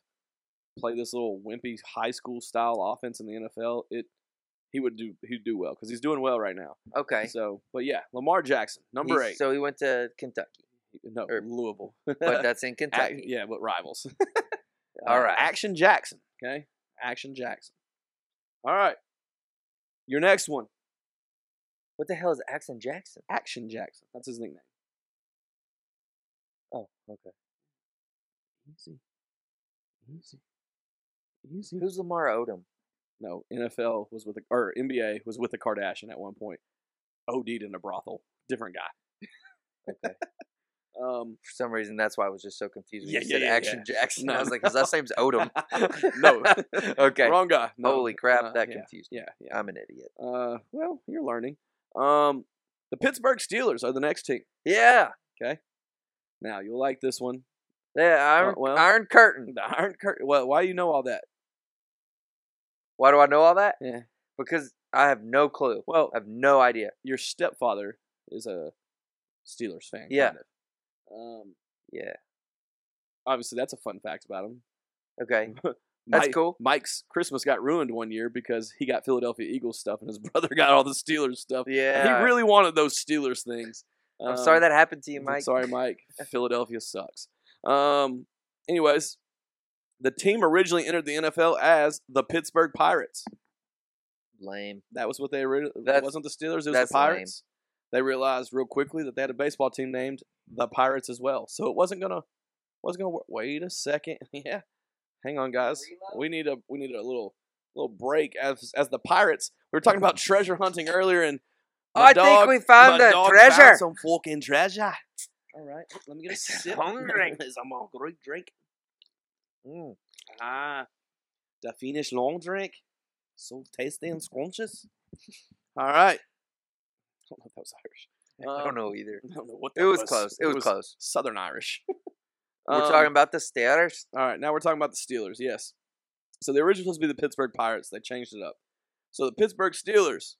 S3: play this little wimpy high school style offense in the NFL, it he would do he'd do well because he's doing well right now.
S2: Okay.
S3: So, but yeah, Lamar Jackson, number
S2: He's-
S3: eight.
S2: So he went to Kentucky,
S3: no,
S2: or-
S3: Louisville. [laughs]
S2: but that's in
S3: Ac-
S2: Kentucky.
S3: yeah, but rivals. [laughs]
S2: All
S3: All
S2: right.
S3: right. Action Jackson. Okay. Action Jackson. All right. Your next one.
S2: What the hell is Axon Jackson?
S3: Action Jackson. That's his nickname.
S2: Oh, okay.
S3: Easy. Easy. Easy.
S2: Who's Lamar Odom?
S3: No, NFL was with a, or NBA was with a Kardashian at one point. OD'd in a brothel. Different guy.
S2: Okay.
S3: [laughs]
S2: [laughs]
S3: Um
S2: For some reason, that's why I was just so confused. When
S3: Yeah,
S2: you
S3: yeah,
S2: said
S3: yeah,
S2: Action Jackson. I
S3: No,
S2: was like, his last name's Odom.
S3: [laughs] No.
S2: okay.
S3: Wrong guy. No.
S2: Holy crap,
S3: Uh,
S2: that
S3: yeah,
S2: confused me.
S3: Yeah, yeah.
S2: I'm an idiot.
S3: Uh, well, you're learning. Um, the Pittsburgh Steelers are the next team.
S2: Yeah.
S3: Now you'll like this one.
S2: Yeah, Iron,
S3: well-
S2: Iron Curtain.
S3: The Iron Curtain. Well, why do you know all that?
S2: Why do I know all that?
S3: Yeah.
S2: Because I have no clue.
S3: Well,
S2: I have no idea.
S3: your stepfather is a Steelers fan.
S2: Yeah.
S3: kind of. Um,
S2: Yeah.
S3: obviously that's a fun fact about him.
S2: Okay.
S3: Mm-hmm.
S2: That's
S3: Mike-
S2: cool.
S3: Mike's Christmas got ruined one year because he got Philadelphia Eagles stuff and his [laughs] brother got all the Steelers stuff. And
S2: Yeah.
S3: He really wanted those Steelers things.
S2: I'm sorry
S3: Um,
S2: that happened to you,
S3: I'm
S2: Mike. [laughs]
S3: Sorry, Mike. Philadelphia sucks. Um, anyways, the team originally entered the NFL as the Pittsburgh Pirates.
S2: Lame.
S3: That was what they originally.
S2: That's-
S3: It wasn't the Steelers. It was
S2: that's
S3: the
S2: lame.
S3: Pirates. They realized real quickly that they had a baseball team named the Pirates as well. So it wasn't gonna wasn't gonna work. Wait a second. [laughs] yeah, hang on, guys.
S2: Reload?
S3: We need a we need a little little break as as the Pirates. We were talking about treasure hunting earlier, and my
S2: I
S3: dog-
S2: think we found
S3: my
S2: the
S3: dog found
S2: treasure.
S3: some fucking treasure. All right, let me get a
S2: It's
S3: sip. [laughs]
S2: hungry.
S3: It's a more great drink. [laughs]
S2: Mm.
S3: Ah, the Finnish long drink, so tasty
S2: Mm.
S3: and scrumptious. All right. I don't know if that was Irish. [laughs]
S2: I
S3: Um,
S2: don't know either.
S3: I don't know what
S2: It
S3: that
S2: was close. It was close.
S3: Southern Irish. [laughs]
S2: We're
S3: Um,
S2: talking about the stairs.
S3: All right, now we're talking about the Steelers. Yes. So they were supposed to be the Pittsburgh Pirates. They changed it up. So the Pittsburgh Steelers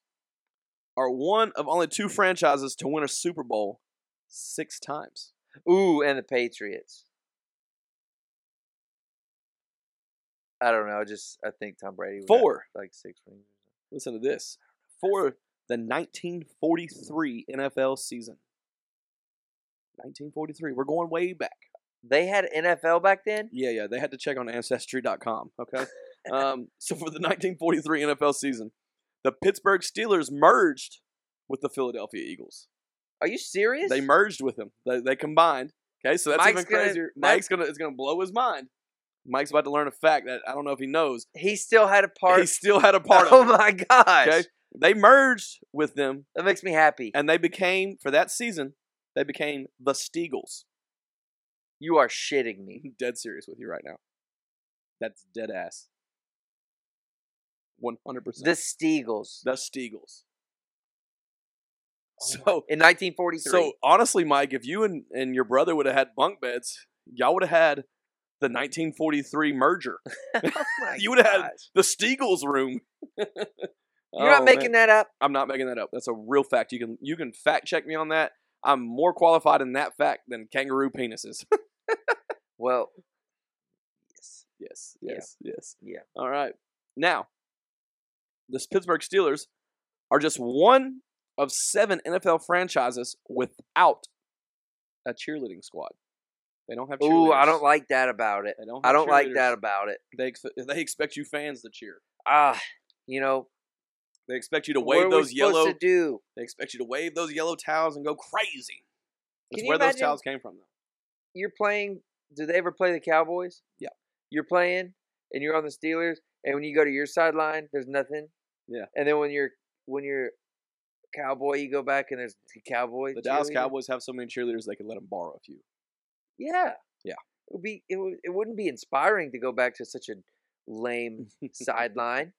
S3: are one of only two franchises to win a Super Bowl six times.
S2: Ooh, and the Patriots. I don't know. I just I think Tom Brady was at,
S3: Four.
S2: like six rings.
S3: Listen to this for the 1943 NFL season. 1943. We're going way back.
S2: They had NFL back then.
S3: Yeah, yeah. They had to check on Ancestry.com.
S2: [laughs]
S3: Okay. um, so for the 1943 NFL season, the Pittsburgh Steelers merged with the Philadelphia Eagles.
S2: Are you serious?
S3: They merged with them. They, they combined. Okay, so that's
S2: Mike's
S3: even
S2: gonna-
S3: crazier.
S2: that's-
S3: Mike's gonna it's gonna blow his mind. Mike's about to learn a fact that I don't know if he knows.
S2: he still had a part.
S3: he still had a part
S2: oh
S3: of.
S2: my gosh,
S3: It, okay, they merged with them
S2: that makes me happy.
S3: and they became for that season they became the Steagles.
S2: You are shitting
S3: [laughs]
S2: me.
S3: Dead serious with you right now. That's dead ass. One hundred
S2: The
S3: percent.
S2: Steagles
S3: The Steagles.
S2: Oh my-
S3: so,
S2: in 1943.
S3: so honestly, Mike, if you and, and your brother would have had bunk beds, y'all would have had the 1943
S2: [laughs]
S3: merger,
S2: [laughs]
S3: [laughs]
S2: Oh my
S3: you would've had-
S2: gosh.
S3: the
S2: [laughs]
S3: Steagles room.
S2: You're not
S3: Oh,
S2: making
S3: man.
S2: that up.
S3: I'm not making that up. That's a real fact. You can you can fact check me on that. I'm more qualified in that fact than kangaroo penises.
S2: Well, yes.
S3: Yes,
S2: Yeah.
S3: yes, yes.
S2: Yeah.
S3: All right. Now, the Pittsburgh Steelers are just one of seven NFL franchises without a cheerleading squad. They don't have.
S2: Ooh, I
S3: cheerleaders.
S2: don't like that about it.
S3: They don't.
S2: I
S3: have
S2: don't like that
S3: cheerleaders.
S2: about it.
S3: They ex- they expect you fans to cheer.
S2: Ah, you know,
S3: They expect you to
S2: what
S3: wave
S2: are
S3: those
S2: we supposed
S3: yellow.
S2: to do?
S3: They expect you to wave those yellow towels and go crazy. That's
S2: Can you
S3: where
S2: imagine-
S3: those towels came from, though.
S2: You're playing. Do they ever play the Cowboys?
S3: Yeah.
S2: You're playing, and you're on the Steelers, and when you go to your sideline, there's nothing.
S3: Yeah.
S2: And then when you're when you're cowboy, you go back and there's the Cowboy.
S3: The Dallas
S2: cheerleader.
S3: Cowboys have so many cheerleaders they could let them borrow a few.
S2: Yeah.
S3: Yeah.
S2: It would be.
S3: [laughs]
S2: It, would, it wouldn't be inspiring to go back to such a lame sideline.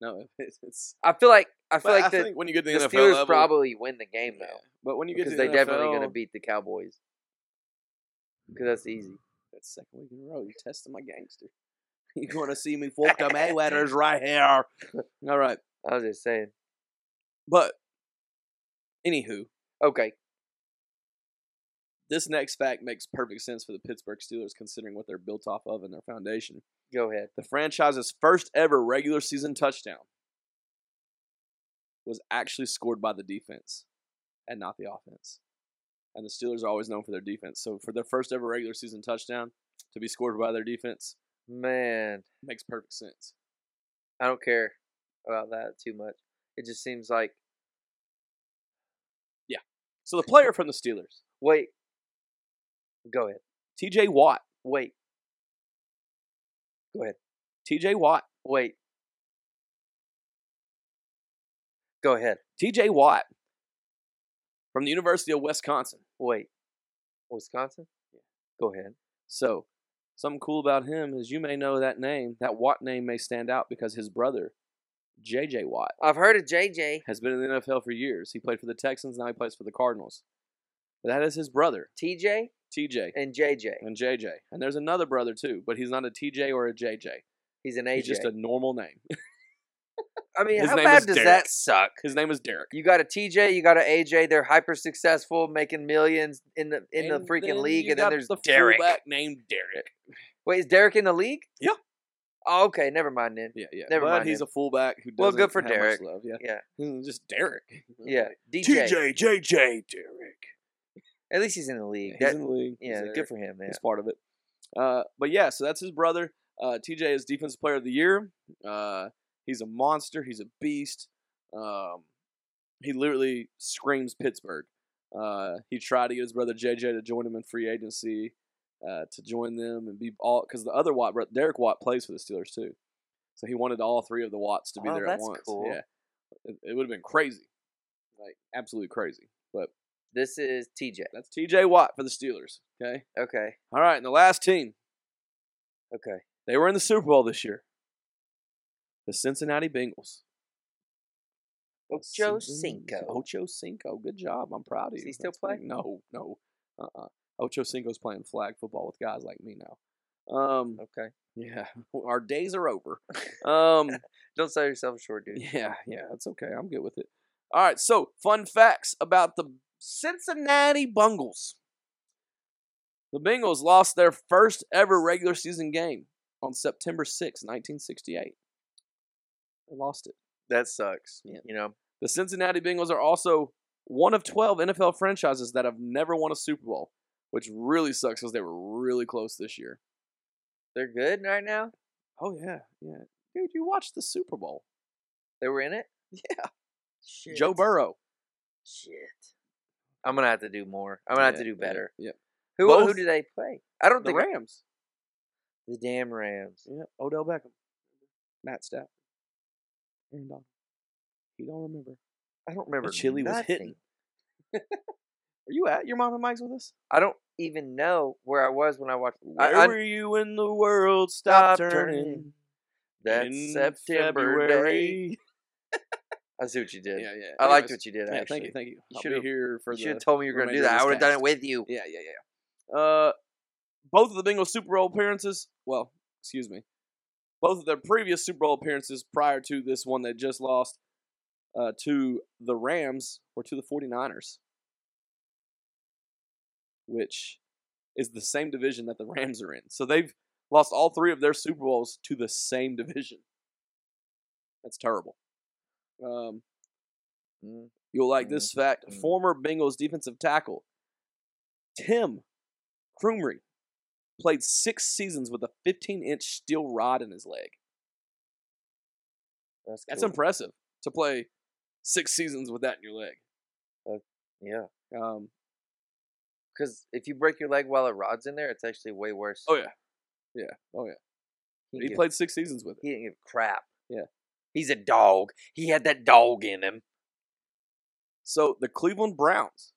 S3: No, [laughs] it's. it's
S2: I feel like I feel
S3: but I
S2: like the,
S3: think when you get to
S2: the
S3: the, NFL
S2: Steelers
S3: level,
S2: probably win the game
S3: yeah.
S2: though
S3: But when you get to
S2: because
S3: the
S2: they're
S3: NFL,
S2: definitely going to beat the Cowboys
S3: Mm.
S2: because that's easy.
S3: That's second week in a row. You're testing my [laughs] gangster. You're going to see me fuck
S2: [laughs]
S3: the Mayweather's right here. All right.
S2: I was just saying.
S3: But, anywho,
S2: Okay,
S3: this next fact makes perfect sense for the Pittsburgh Steelers considering what they're built off of and their foundation.
S2: go ahead.
S3: The franchise's first ever regular season touchdown was actually scored by the defense and not the offense. And the Steelers are always known for their defense. So for their first ever regular season touchdown to be scored by their defense
S2: Man,
S3: makes perfect sense.
S2: I don't care about that too much. It just seems like
S3: So the player from the Steelers,
S2: wait. Go ahead.
S3: TJ Watt,
S2: Wait,
S3: TJ Watt,
S2: wait. Go ahead.
S3: TJ Watt from the University of Wisconsin.
S2: Wait. Wisconsin? Go ahead.
S3: So, something cool about him is you may know that name. That Watt name may stand out because his brother, JJ Watt,
S2: I've heard of JJ.
S3: has been in the NFL for years. He played for the Texans, now he plays for the Cardinals. But that is his brother,
S2: TJ
S3: TJ
S2: and JJ.
S3: and JJ. And there's another brother too, but he's not a TJ or a JJ.
S2: He's an
S3: He's
S2: AJ.
S3: just a normal name.
S2: I mean,
S3: his
S2: how
S3: name
S2: bad
S3: is
S2: does
S3: Derek.
S2: that suck?
S3: His name is Derek.
S2: You got a TJ, you got an AJ. They're hyper successful, making millions in the in
S3: And
S2: the freaking
S3: then
S2: league,
S3: you
S2: and then
S3: got
S2: there's
S3: the
S2: Derek.
S3: fullback named Derek.
S2: Wait, is Derek in the league?
S3: Yeah.
S2: Oh, okay, never mind then.
S3: Yeah, yeah.
S2: Never
S3: but
S2: mind
S3: he's
S2: him.
S3: a fullback who doesn't
S2: Well, good for
S3: have much
S2: Derek.
S3: love. Yeah.
S2: Yeah.
S3: Mm, [laughs] Just Derek.
S2: Yeah, DJ.
S3: TJ, JJ, Derek.
S2: At least he's in the league.
S3: He's
S2: That-
S3: in the league. He's
S2: yeah,
S3: there.
S2: good for him, man.
S3: He's part of it. Uh, but yeah, so that's his brother. Uh, TJ is Defensive Player of the Year. Uh, he's a monster. He's a beast. Um, he literally screams Pittsburgh. Uh, he tried to get his brother JJ to join him in free agency, uh, to join them and be all because the other Watt, bro- Derek Watt, plays for the Steelers too. So he wanted all three of the Watts to be
S2: Oh,
S3: there
S2: that's
S3: at once.
S2: cool.
S3: Yeah, it, it would have been crazy, like absolutely crazy. But
S2: This is TJ.
S3: that's TJ Watt for the Steelers. Okay.
S2: Okay,
S3: All right, and the last team
S2: okay.
S3: They were in the Super Bowl this year. The Cincinnati Bengals.
S2: Ocho
S3: Cincinnati-
S2: Cinco.
S3: Ocho Cinco. Good job. I'm proud of you.
S2: Does he still
S3: pretty-
S2: play?
S3: No, no. Uh-uh. Ocho Cinco's playing flag football with guys like me now. Um,
S2: Okay.
S3: yeah, [laughs] our days are over. Um,
S2: Don't sell yourself short, dude.
S3: yeah, yeah, that's okay. I'm good with it. All right, so fun facts about the Cincinnati Bengals. The Bengals lost their first ever regular season game on September 6, 1968. They lost it.
S2: That sucks.
S3: Yeah.
S2: You know,
S3: The Cincinnati Bengals are also one of 12 NFL franchises that have never won a Super Bowl, which really sucks because they were really close this year.
S2: they're good right now.
S3: Oh, yeah, yeah. Dude, you watched the Super Bowl.
S2: They were in it.
S3: Yeah.
S2: Shit.
S3: Joe Burrow.
S2: Shit. I'm gonna have to do more. I'm gonna have
S3: Yeah,
S2: to do
S3: yeah,
S2: better.
S3: Yeah.
S2: Who who
S3: Both-
S2: do they play? I don't
S3: The
S2: think I-
S3: Rams.
S2: the damn Rams.
S3: Yeah, Odell Beckham, Matt Stafford, Aaron Donald. He don't remember.
S2: I don't remember.
S3: The chili was
S2: nothing. [laughs]
S3: hitting. Are you at your mom and Mike's with us?
S2: I don't even know where I was when I watched. I,
S3: Where
S2: I,
S3: were you when the world
S2: Stop
S3: stopped turning?
S2: turning that
S3: in
S2: September day. [laughs]
S3: February?
S2: I see what you
S3: Yeah,
S2: did.
S3: yeah.
S2: I liked
S3: Anyways,
S2: what you did.
S3: Yeah,
S2: actually,
S3: thank you, thank you.
S2: You
S3: I'll
S2: should've-
S3: be here for
S2: you should
S3: the.
S2: have told me you were gonna do
S3: remainder of
S2: that. I
S3: this
S2: would have done it
S3: cast.
S2: with you.
S3: Yeah, yeah, yeah, yeah. Uh, both of the Bengals Super Bowl appearances. Well, excuse me. Both of their previous Super Bowl appearances prior to this one they just lost uh, to the Rams or to the 49ers, which is the same division that the Rams are in. So they've lost all three of their Super Bowls to the same division. That's terrible. Um,
S2: Mm.
S3: You'll like this fact.
S2: mm.
S3: Former Bengals defensive tackle Tim Krumrie played six seasons with a 15 inch steel rod in his leg.
S2: That's
S3: That's
S2: cool.
S3: impressive to play six seasons with that in your leg.
S2: yeah.
S3: Um,
S2: Because if you break your leg while a rod's in there, it's actually way worse.
S3: oh, yeah. Yeah. Oh, yeah.
S2: he,
S3: He
S2: didn't give-
S3: played six seasons with it.
S2: He didn't give a crap.
S3: Yeah.
S2: He's a dog. He had that dog in him.
S3: So the Cleveland Browns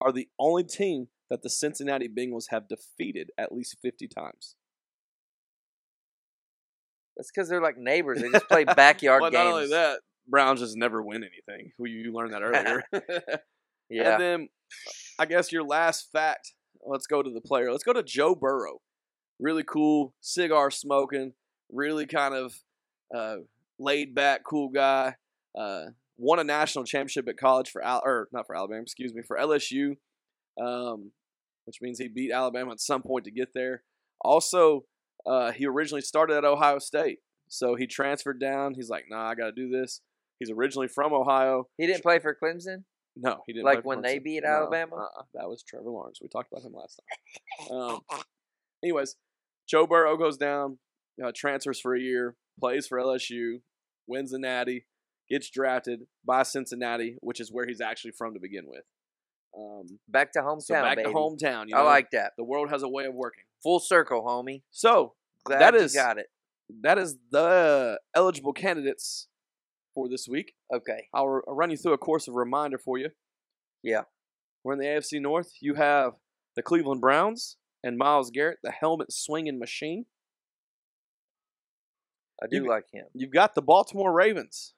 S3: are the only team that the Cincinnati Bengals have defeated at least 50 times.
S2: That's because they're like neighbors. They just
S3: [laughs]
S2: play backyard
S3: well,
S2: games.
S3: not
S2: [laughs]
S3: only that, Browns just never win anything. Well, You learned [laughs] that earlier.
S2: yeah.
S3: And then I guess your last fact. Let's go to the player. Let's go to Joe Burrow. Really cool, cigar smoking, really kind of uh, laid back, cool guy. Uh, won a national championship at college for Al- or not for Alabama, excuse me, for LSU, um, which means he beat Alabama at some point to get there. Also, uh, he originally started at Ohio State, so he transferred down. He's like, nah, I got to do this. He's originally from Ohio.
S2: he didn't play for Clemson.
S3: No, he didn't.
S2: Like
S3: play for
S2: when they
S3: Clemson.
S2: beat
S3: No,
S2: Alabama?
S3: Uh-uh. That was Trevor Lawrence. We talked about him last time. Um,
S2: [laughs]
S3: anyways, Joe Burrow goes down, uh, transfers for a year, plays for LSU, wins the Natty, gets drafted by Cincinnati, which is where he's actually from to begin with. Um,
S2: Back to hometown,
S3: so back
S2: baby.
S3: to hometown. You know,
S2: I like that.
S3: the world has a way of working.
S2: Full circle, homie.
S3: So
S2: Glad
S3: That
S2: you
S3: is-
S2: got it.
S3: that is the eligible candidates for this week.
S2: Okay.
S3: I'll r- I'll run you through a course of reminder for you.
S2: Yeah.
S3: We're in the AFC North. You have the Cleveland Browns and Miles Garrett, the helmet swinging machine.
S2: I do
S3: You-
S2: like him.
S3: You've got the Baltimore Ravens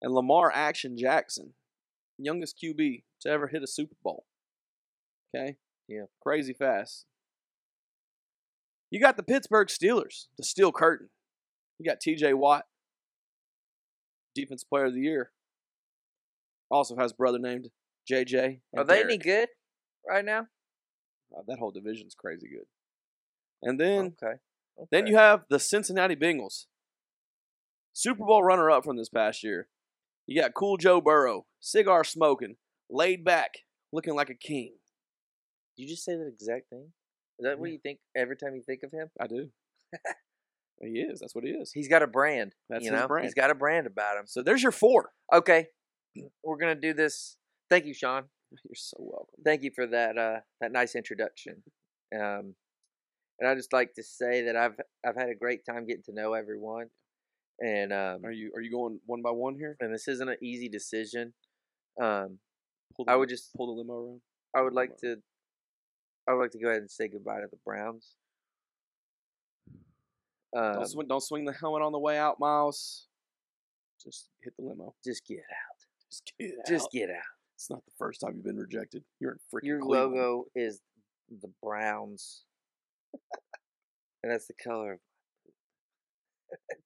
S3: and Lamar Action Jackson, youngest QB to ever hit a Super Bowl. Okay?
S2: Yeah.
S3: Crazy fast. You got the Pittsburgh Steelers, the Steel Curtain. You got TJ Watt, Defense Player of the Year. Also has a brother named JJ. and
S2: Are they
S3: Derek.
S2: any good right now?
S3: Uh, that whole division's crazy good. And then
S2: okay. okay.
S3: then you have the Cincinnati Bengals. Super Bowl runner up from this past year. You got cool Joe Burrow, cigar smoking, laid back, looking like a king.
S2: you just say that exact thing. Is that what
S3: Yeah.
S2: you think every time you think of him?
S3: I do. [laughs] he is. That's what he is.
S2: He's got a brand.
S3: That's
S2: you
S3: his
S2: know?
S3: brand.
S2: He's got a brand about him.
S3: So there's your four. [laughs]
S2: Okay. We're gonna do this. Thank you, Sean.
S3: You're so welcome.
S2: Thank you for that uh that nice introduction. Um and I just like to say that I've I've had a great time getting to know everyone. And um
S3: Are you are you going one by one here?
S2: and this isn't an easy decision. Um
S3: Pull
S2: I would just
S3: pull the limo around.
S2: I would like to I would like to go ahead and say goodbye to the Browns. Um,
S3: don't, swing, don't swing the helmet on the way out, Miles. Just hit the limo.
S2: just get out.
S3: Just get out.
S2: Just get out.
S3: It's not the first time you've been rejected. You're in freaking
S2: Your
S3: Cleveland.
S2: logo is the Browns, and that's the color. [laughs]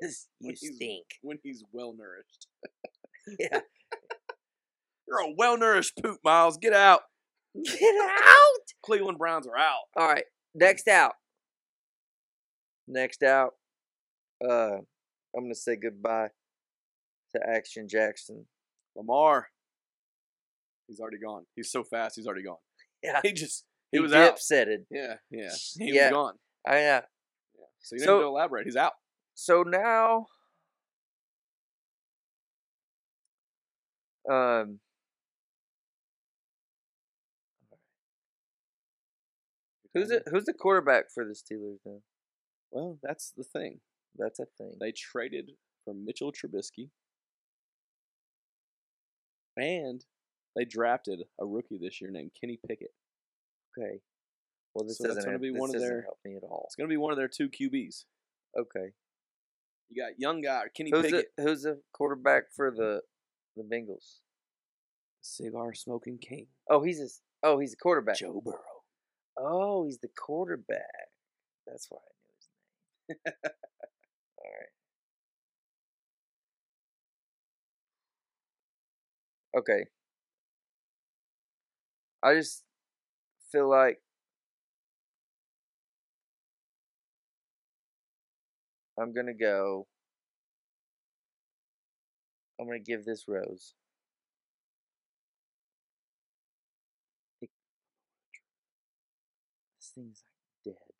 S2: Because you
S3: What is-
S2: stink.
S3: when he's well nourished. [laughs]
S2: Yeah.
S3: You're a well nourished poop, Miles. Get out. [laughs]
S2: Get out!
S3: Cleveland Browns are out.
S2: All right, next out. Next out, uh, I'm gonna say goodbye to Action Jackson.
S3: Lamar. He's already gone. He's so fast, he's already gone.
S2: Yeah,
S3: He just he,
S2: he
S3: was out.
S2: dipsetted.
S3: Yeah, yeah. He
S2: Yeah.
S3: was gone.
S2: I know.
S3: So you don't
S2: So-
S3: need to elaborate. He's out.
S2: so now um who's it who's the quarterback for the steelers now
S3: Well, that's the thing.
S2: that's a thing
S3: They traded for Mitchell Trubisky. And they drafted a rookie this year named Kenny Pickett.
S2: okay well this
S3: So that's
S2: doesn't,
S3: gonna
S2: help-
S3: be
S2: this
S3: one of
S2: doesn't
S3: their-
S2: help me at all
S3: It's gonna be one of their two QBs.
S2: okay
S3: You got young guy Kenny
S2: who's the
S3: Pickett.
S2: who's the quarterback for
S3: Mm-hmm.
S2: the the bengals
S3: Cigar smoking king.
S2: oh he's a, s- oh he's a quarterback
S3: Joe Burrow.
S2: oh he's the quarterback that's why i knew his name [laughs] all right okay. I just feel like I'm gonna go. I'm gonna give this rose. It- This thing's like dead,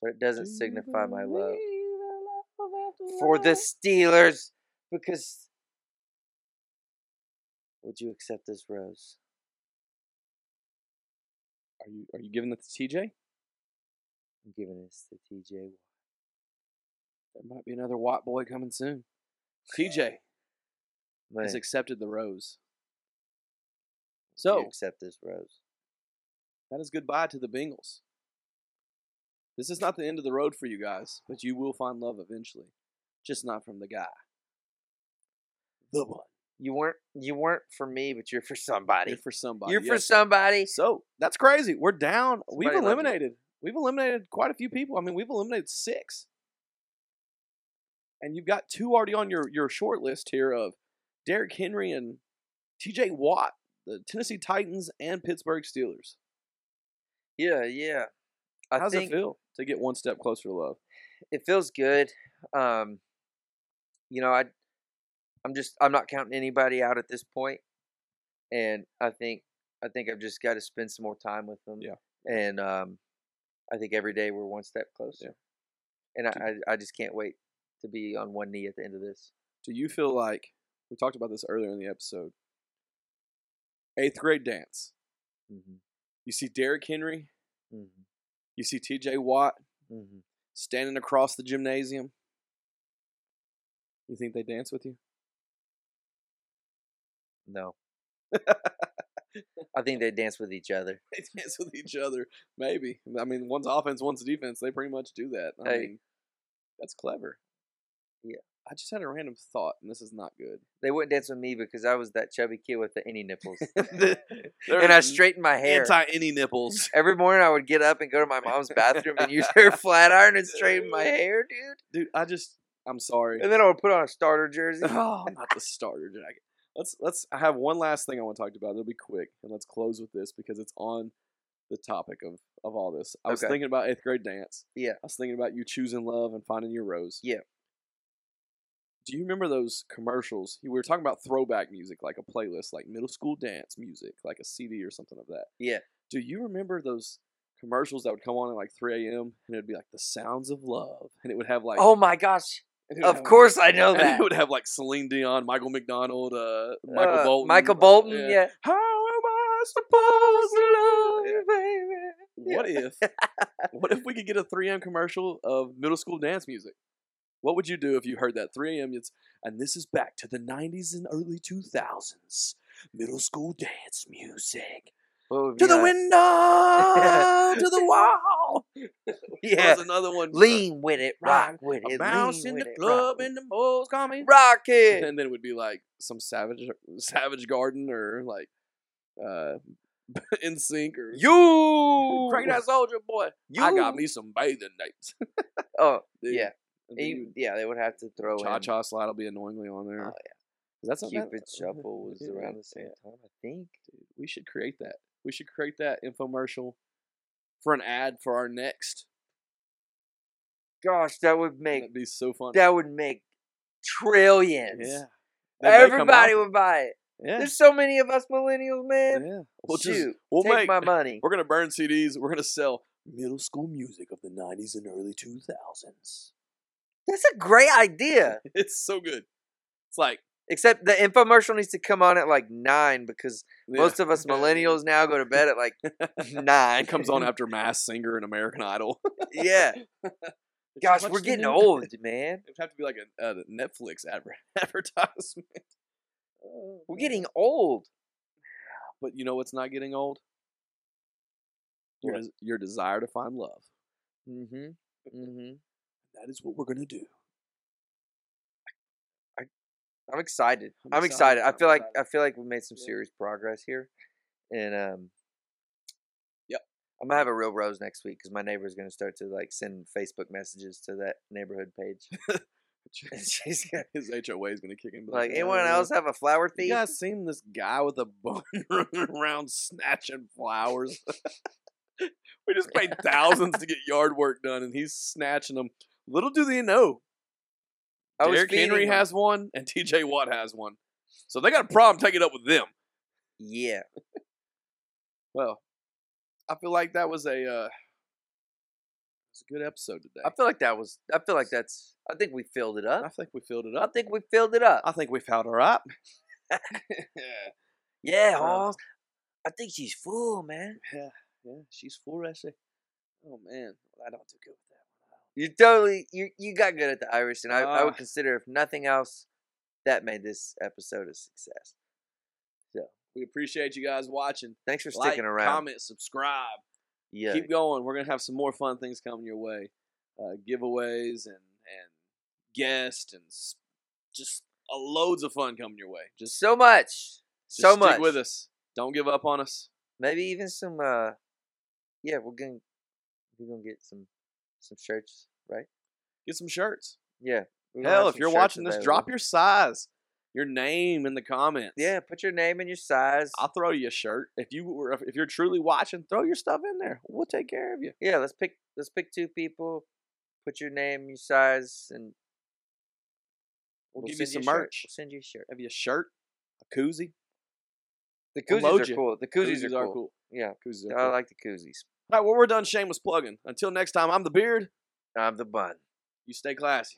S2: but it doesn't signify my love for the Steelers because would you accept this rose?
S3: Are you are you giving it to TJ?
S2: I'm giving this to TJ. Watt.
S3: There might be another Watt boy coming soon. TJ
S2: Man,
S3: has accepted the rose.
S2: would you
S3: So
S2: accept this rose.
S3: that is goodbye to the Bengals. This is not the end of the road for you guys, but you will find love eventually. Just not from the guy. The one.
S2: You weren't you weren't for me, but you're for somebody.
S3: You're for somebody.
S2: You're for
S3: yes.
S2: somebody.
S3: So that's crazy. We're down.
S2: Somebody
S3: we've
S2: loves you.
S3: eliminated. We've eliminated quite a few people. I mean, we've eliminated six. And you've got two already on your, your short list here of Derrick Henry and TJ Watt, the Tennessee Titans and Pittsburgh Steelers.
S2: Yeah, yeah. I
S3: How's
S2: think
S3: it feel to get one step closer to love?
S2: it feels good. Um, you know, I, I'm just I'm not counting anybody out at this point, and I think I think I've just got to spend some more time with them.
S3: Yeah.
S2: And um, I think every day we're one step closer. And I, I I just can't wait to be on one knee at the end of this.
S3: Do you feel like we talked about this earlier in the episode? Eighth grade dance.
S2: Mm-hmm.
S3: You see Derrick Henry,
S2: Mm-hmm.
S3: you see TJ Watt
S2: Mm-hmm.
S3: standing across the gymnasium. You think they dance with you?
S2: No. I think they dance with each other.
S3: [laughs] They dance with each other, maybe. I mean, one's offense, one's defense. They pretty much do that. I
S2: Hey.
S3: mean, that's clever.
S2: Yeah.
S3: I just had a random thought, and this is not good.
S2: They wouldn't dance with me because I was that chubby kid with the any nipples,
S3: [laughs] [laughs] They're [laughs]
S2: and I straightened my hair.
S3: anti any nipples.
S2: Every morning I would get up and go to my mom's bathroom and use her flat iron and straighten my hair, dude.
S3: [laughs] Dude, I just, I'm sorry.
S2: And then I would put on a starter jersey.
S3: oh, not the starter jacket. Let's let's. I have one last thing I want to talk about. It'll be quick, and let's close with this because it's on the topic of of all this. I was
S2: Okay.
S3: thinking about eighth grade dance.
S2: Yeah.
S3: I was thinking about you choosing love and finding your rose.
S2: Yeah.
S3: Do you remember those commercials? We were talking about throwback music, like a playlist, like middle school dance music, like a CD or something of that.
S2: Yeah.
S3: Do you remember those commercials that would come on at like 3 a.m. and it'd be like the sounds of love, and it would have like
S2: [laughs] Oh my gosh.
S3: and it would
S2: Of
S3: have, like,
S2: course I know
S3: and
S2: that.
S3: it would have like Celine Dion, Michael McDonald, uh, [laughs] Michael
S2: Uh,
S3: Bolton.
S2: Michael
S3: uh,
S2: Bolton,
S3: yeah.
S2: yeah.
S3: How am I
S2: Supposed
S3: supposed
S2: to love you, baby.
S3: to? What if? What if we could get a 3 a.m. commercial of middle school dance music? What would you do if you heard that 3 a.m. It's and this is back to the 90s and early 2000s middle school dance music
S2: What would
S3: to
S2: be
S3: the
S2: on-
S3: window
S2: [laughs]
S3: to the wall.
S2: Yeah.
S3: There's another one. uh,
S2: Lean with it, rock
S3: rock,
S2: with
S3: I
S2: it.
S3: bounce
S2: lean
S3: in
S2: with
S3: the
S2: it,
S3: club
S2: rock with
S3: and the moles call me
S2: it. Rock [laughs] it.
S3: and then it would be like some savage savage garden or like uh [laughs] in sync or
S2: You
S3: crank that soldier boy
S2: you.
S3: i got me some bathing nights [laughs]
S2: Oh,
S3: Dude,
S2: yeah.
S3: and then
S2: And you- yeah, they would have to throw
S3: cha
S2: in.
S3: cha slide will be annoyingly on there
S2: Oh,
S3: yeah that's not bad.
S2: Cupid Shuffle was
S3: uh, Yeah,
S2: around the same
S3: yeah.
S2: time, I think.
S3: Dude, we should create that we should create that infomercial for an ad for our next
S2: Gosh, that would make
S3: that'd be so fun
S2: that would make trillions.
S3: yeah They may come
S2: Everybody
S3: out-
S2: would buy it.
S3: yeah,
S2: There's so many of us millennials, man.
S3: yeah. we'll
S2: Shoot,
S3: just we'll
S2: take
S3: make
S2: my money.
S3: [laughs] We're gonna burn CDs. We're gonna sell middle school music of the '90s and early 2000s.
S2: That's a great idea.
S3: [laughs] It's so good. It's like
S2: Except the infomercial needs to come on at like nine because
S3: yeah,
S2: most of
S3: [laughs]
S2: us millennials now go to bed at like [laughs] nine.
S3: it comes on after Mass Singer and American Idol. [laughs]
S2: yeah.
S3: Did you
S2: Gosh,
S3: watch
S2: we're
S3: the
S2: getting
S3: new-
S2: old, man.
S3: It would have to be like a, a Netflix adver- [laughs] advertisement. [laughs]
S2: We're getting old.
S3: but you know what's not getting old? Your,
S2: What?
S3: des- your desire to find love.
S2: Mm-hmm. Mm-hmm.
S3: That is what we're gonna do. [laughs]
S2: I'm excited.
S3: I'm
S2: I'm,
S3: excited.
S2: excited.
S3: I'm
S2: I feel like I
S3: excited.
S2: feel like we made some
S3: Yeah.
S2: serious progress here, and um,
S3: Yep.
S2: I'm gonna have a real rose next week because my neighbor's gonna start to like send Facebook messages to that neighborhood [laughs] page. And she's gonna,
S3: His HOA is gonna kick him.
S2: like, anyone
S3: "Uh,
S2: else have a flower
S3: You
S2: thief?
S3: guys seen this guy with a [laughs] bun running around snatching flowers? [laughs] we just [laughs] paid thousands to get yard work done, and he's snatching them. Little do they know,
S2: I was
S3: Derrick Henry
S2: feeding 'em.
S3: has one, and [laughs] T.J. Watt has one, so they got a problem taking it up with them.
S2: Yeah,
S3: Well, I feel like that was a uh, it's a good episode today.
S2: I feel like that was. I feel like that's. I think we filled it
S3: I
S2: up.
S3: think we filled it
S2: I
S3: up.
S2: think we filled it up.
S3: I think we found her [laughs] up.
S2: Yeah,
S3: Um,
S2: Hoss. I think she's full, man.
S3: yeah, yeah, she's full Russia. Oh man, I don't do good with that.
S2: You totally you you got good at the Irish, and I, I
S3: Ah.
S2: would consider if nothing else, that made this episode a success.
S3: We appreciate you guys watching.
S2: Thanks for
S3: Like,
S2: sticking around.
S3: comment, subscribe.
S2: Yeah.
S3: keep going. We're gonna have some more fun things coming your way, uh, giveaways and and guests and s- just uh, loads of fun coming your way. Just,
S2: so much.
S3: just
S2: so
S3: stick
S2: much.
S3: with us. Don't give up on us.
S2: Maybe even some uh yeah, we're gonna we're gonna get some some shirts, right?
S3: Get some shirts.
S2: Yeah. we're gonna have
S3: Hell, if
S2: some
S3: you're
S2: shirts
S3: watching this, drop
S2: available.
S3: your size, your name in the comments.
S2: Yeah, put your name and your size.
S3: I'll throw you a shirt. If you were, if you're truly watching, throw your stuff in there. We'll take care of you.
S2: yeah, let's pick let's pick two people, put your name, your size, and
S3: We'll, give you
S2: send
S3: some
S2: a shirt.
S3: merch.
S2: We'll send you a shirt.
S3: Have you a shirt, a koozie?
S2: The
S3: We'll
S2: koozies
S3: load
S2: are
S3: you.
S2: cool. The koozies, are, cool. Yeah,
S3: Koozies are
S2: I
S3: cool.
S2: like the koozies.
S3: All right, well, we're done shameless plugging. Until next time, I'm the beard.
S2: I'm the bun.
S3: You stay classy.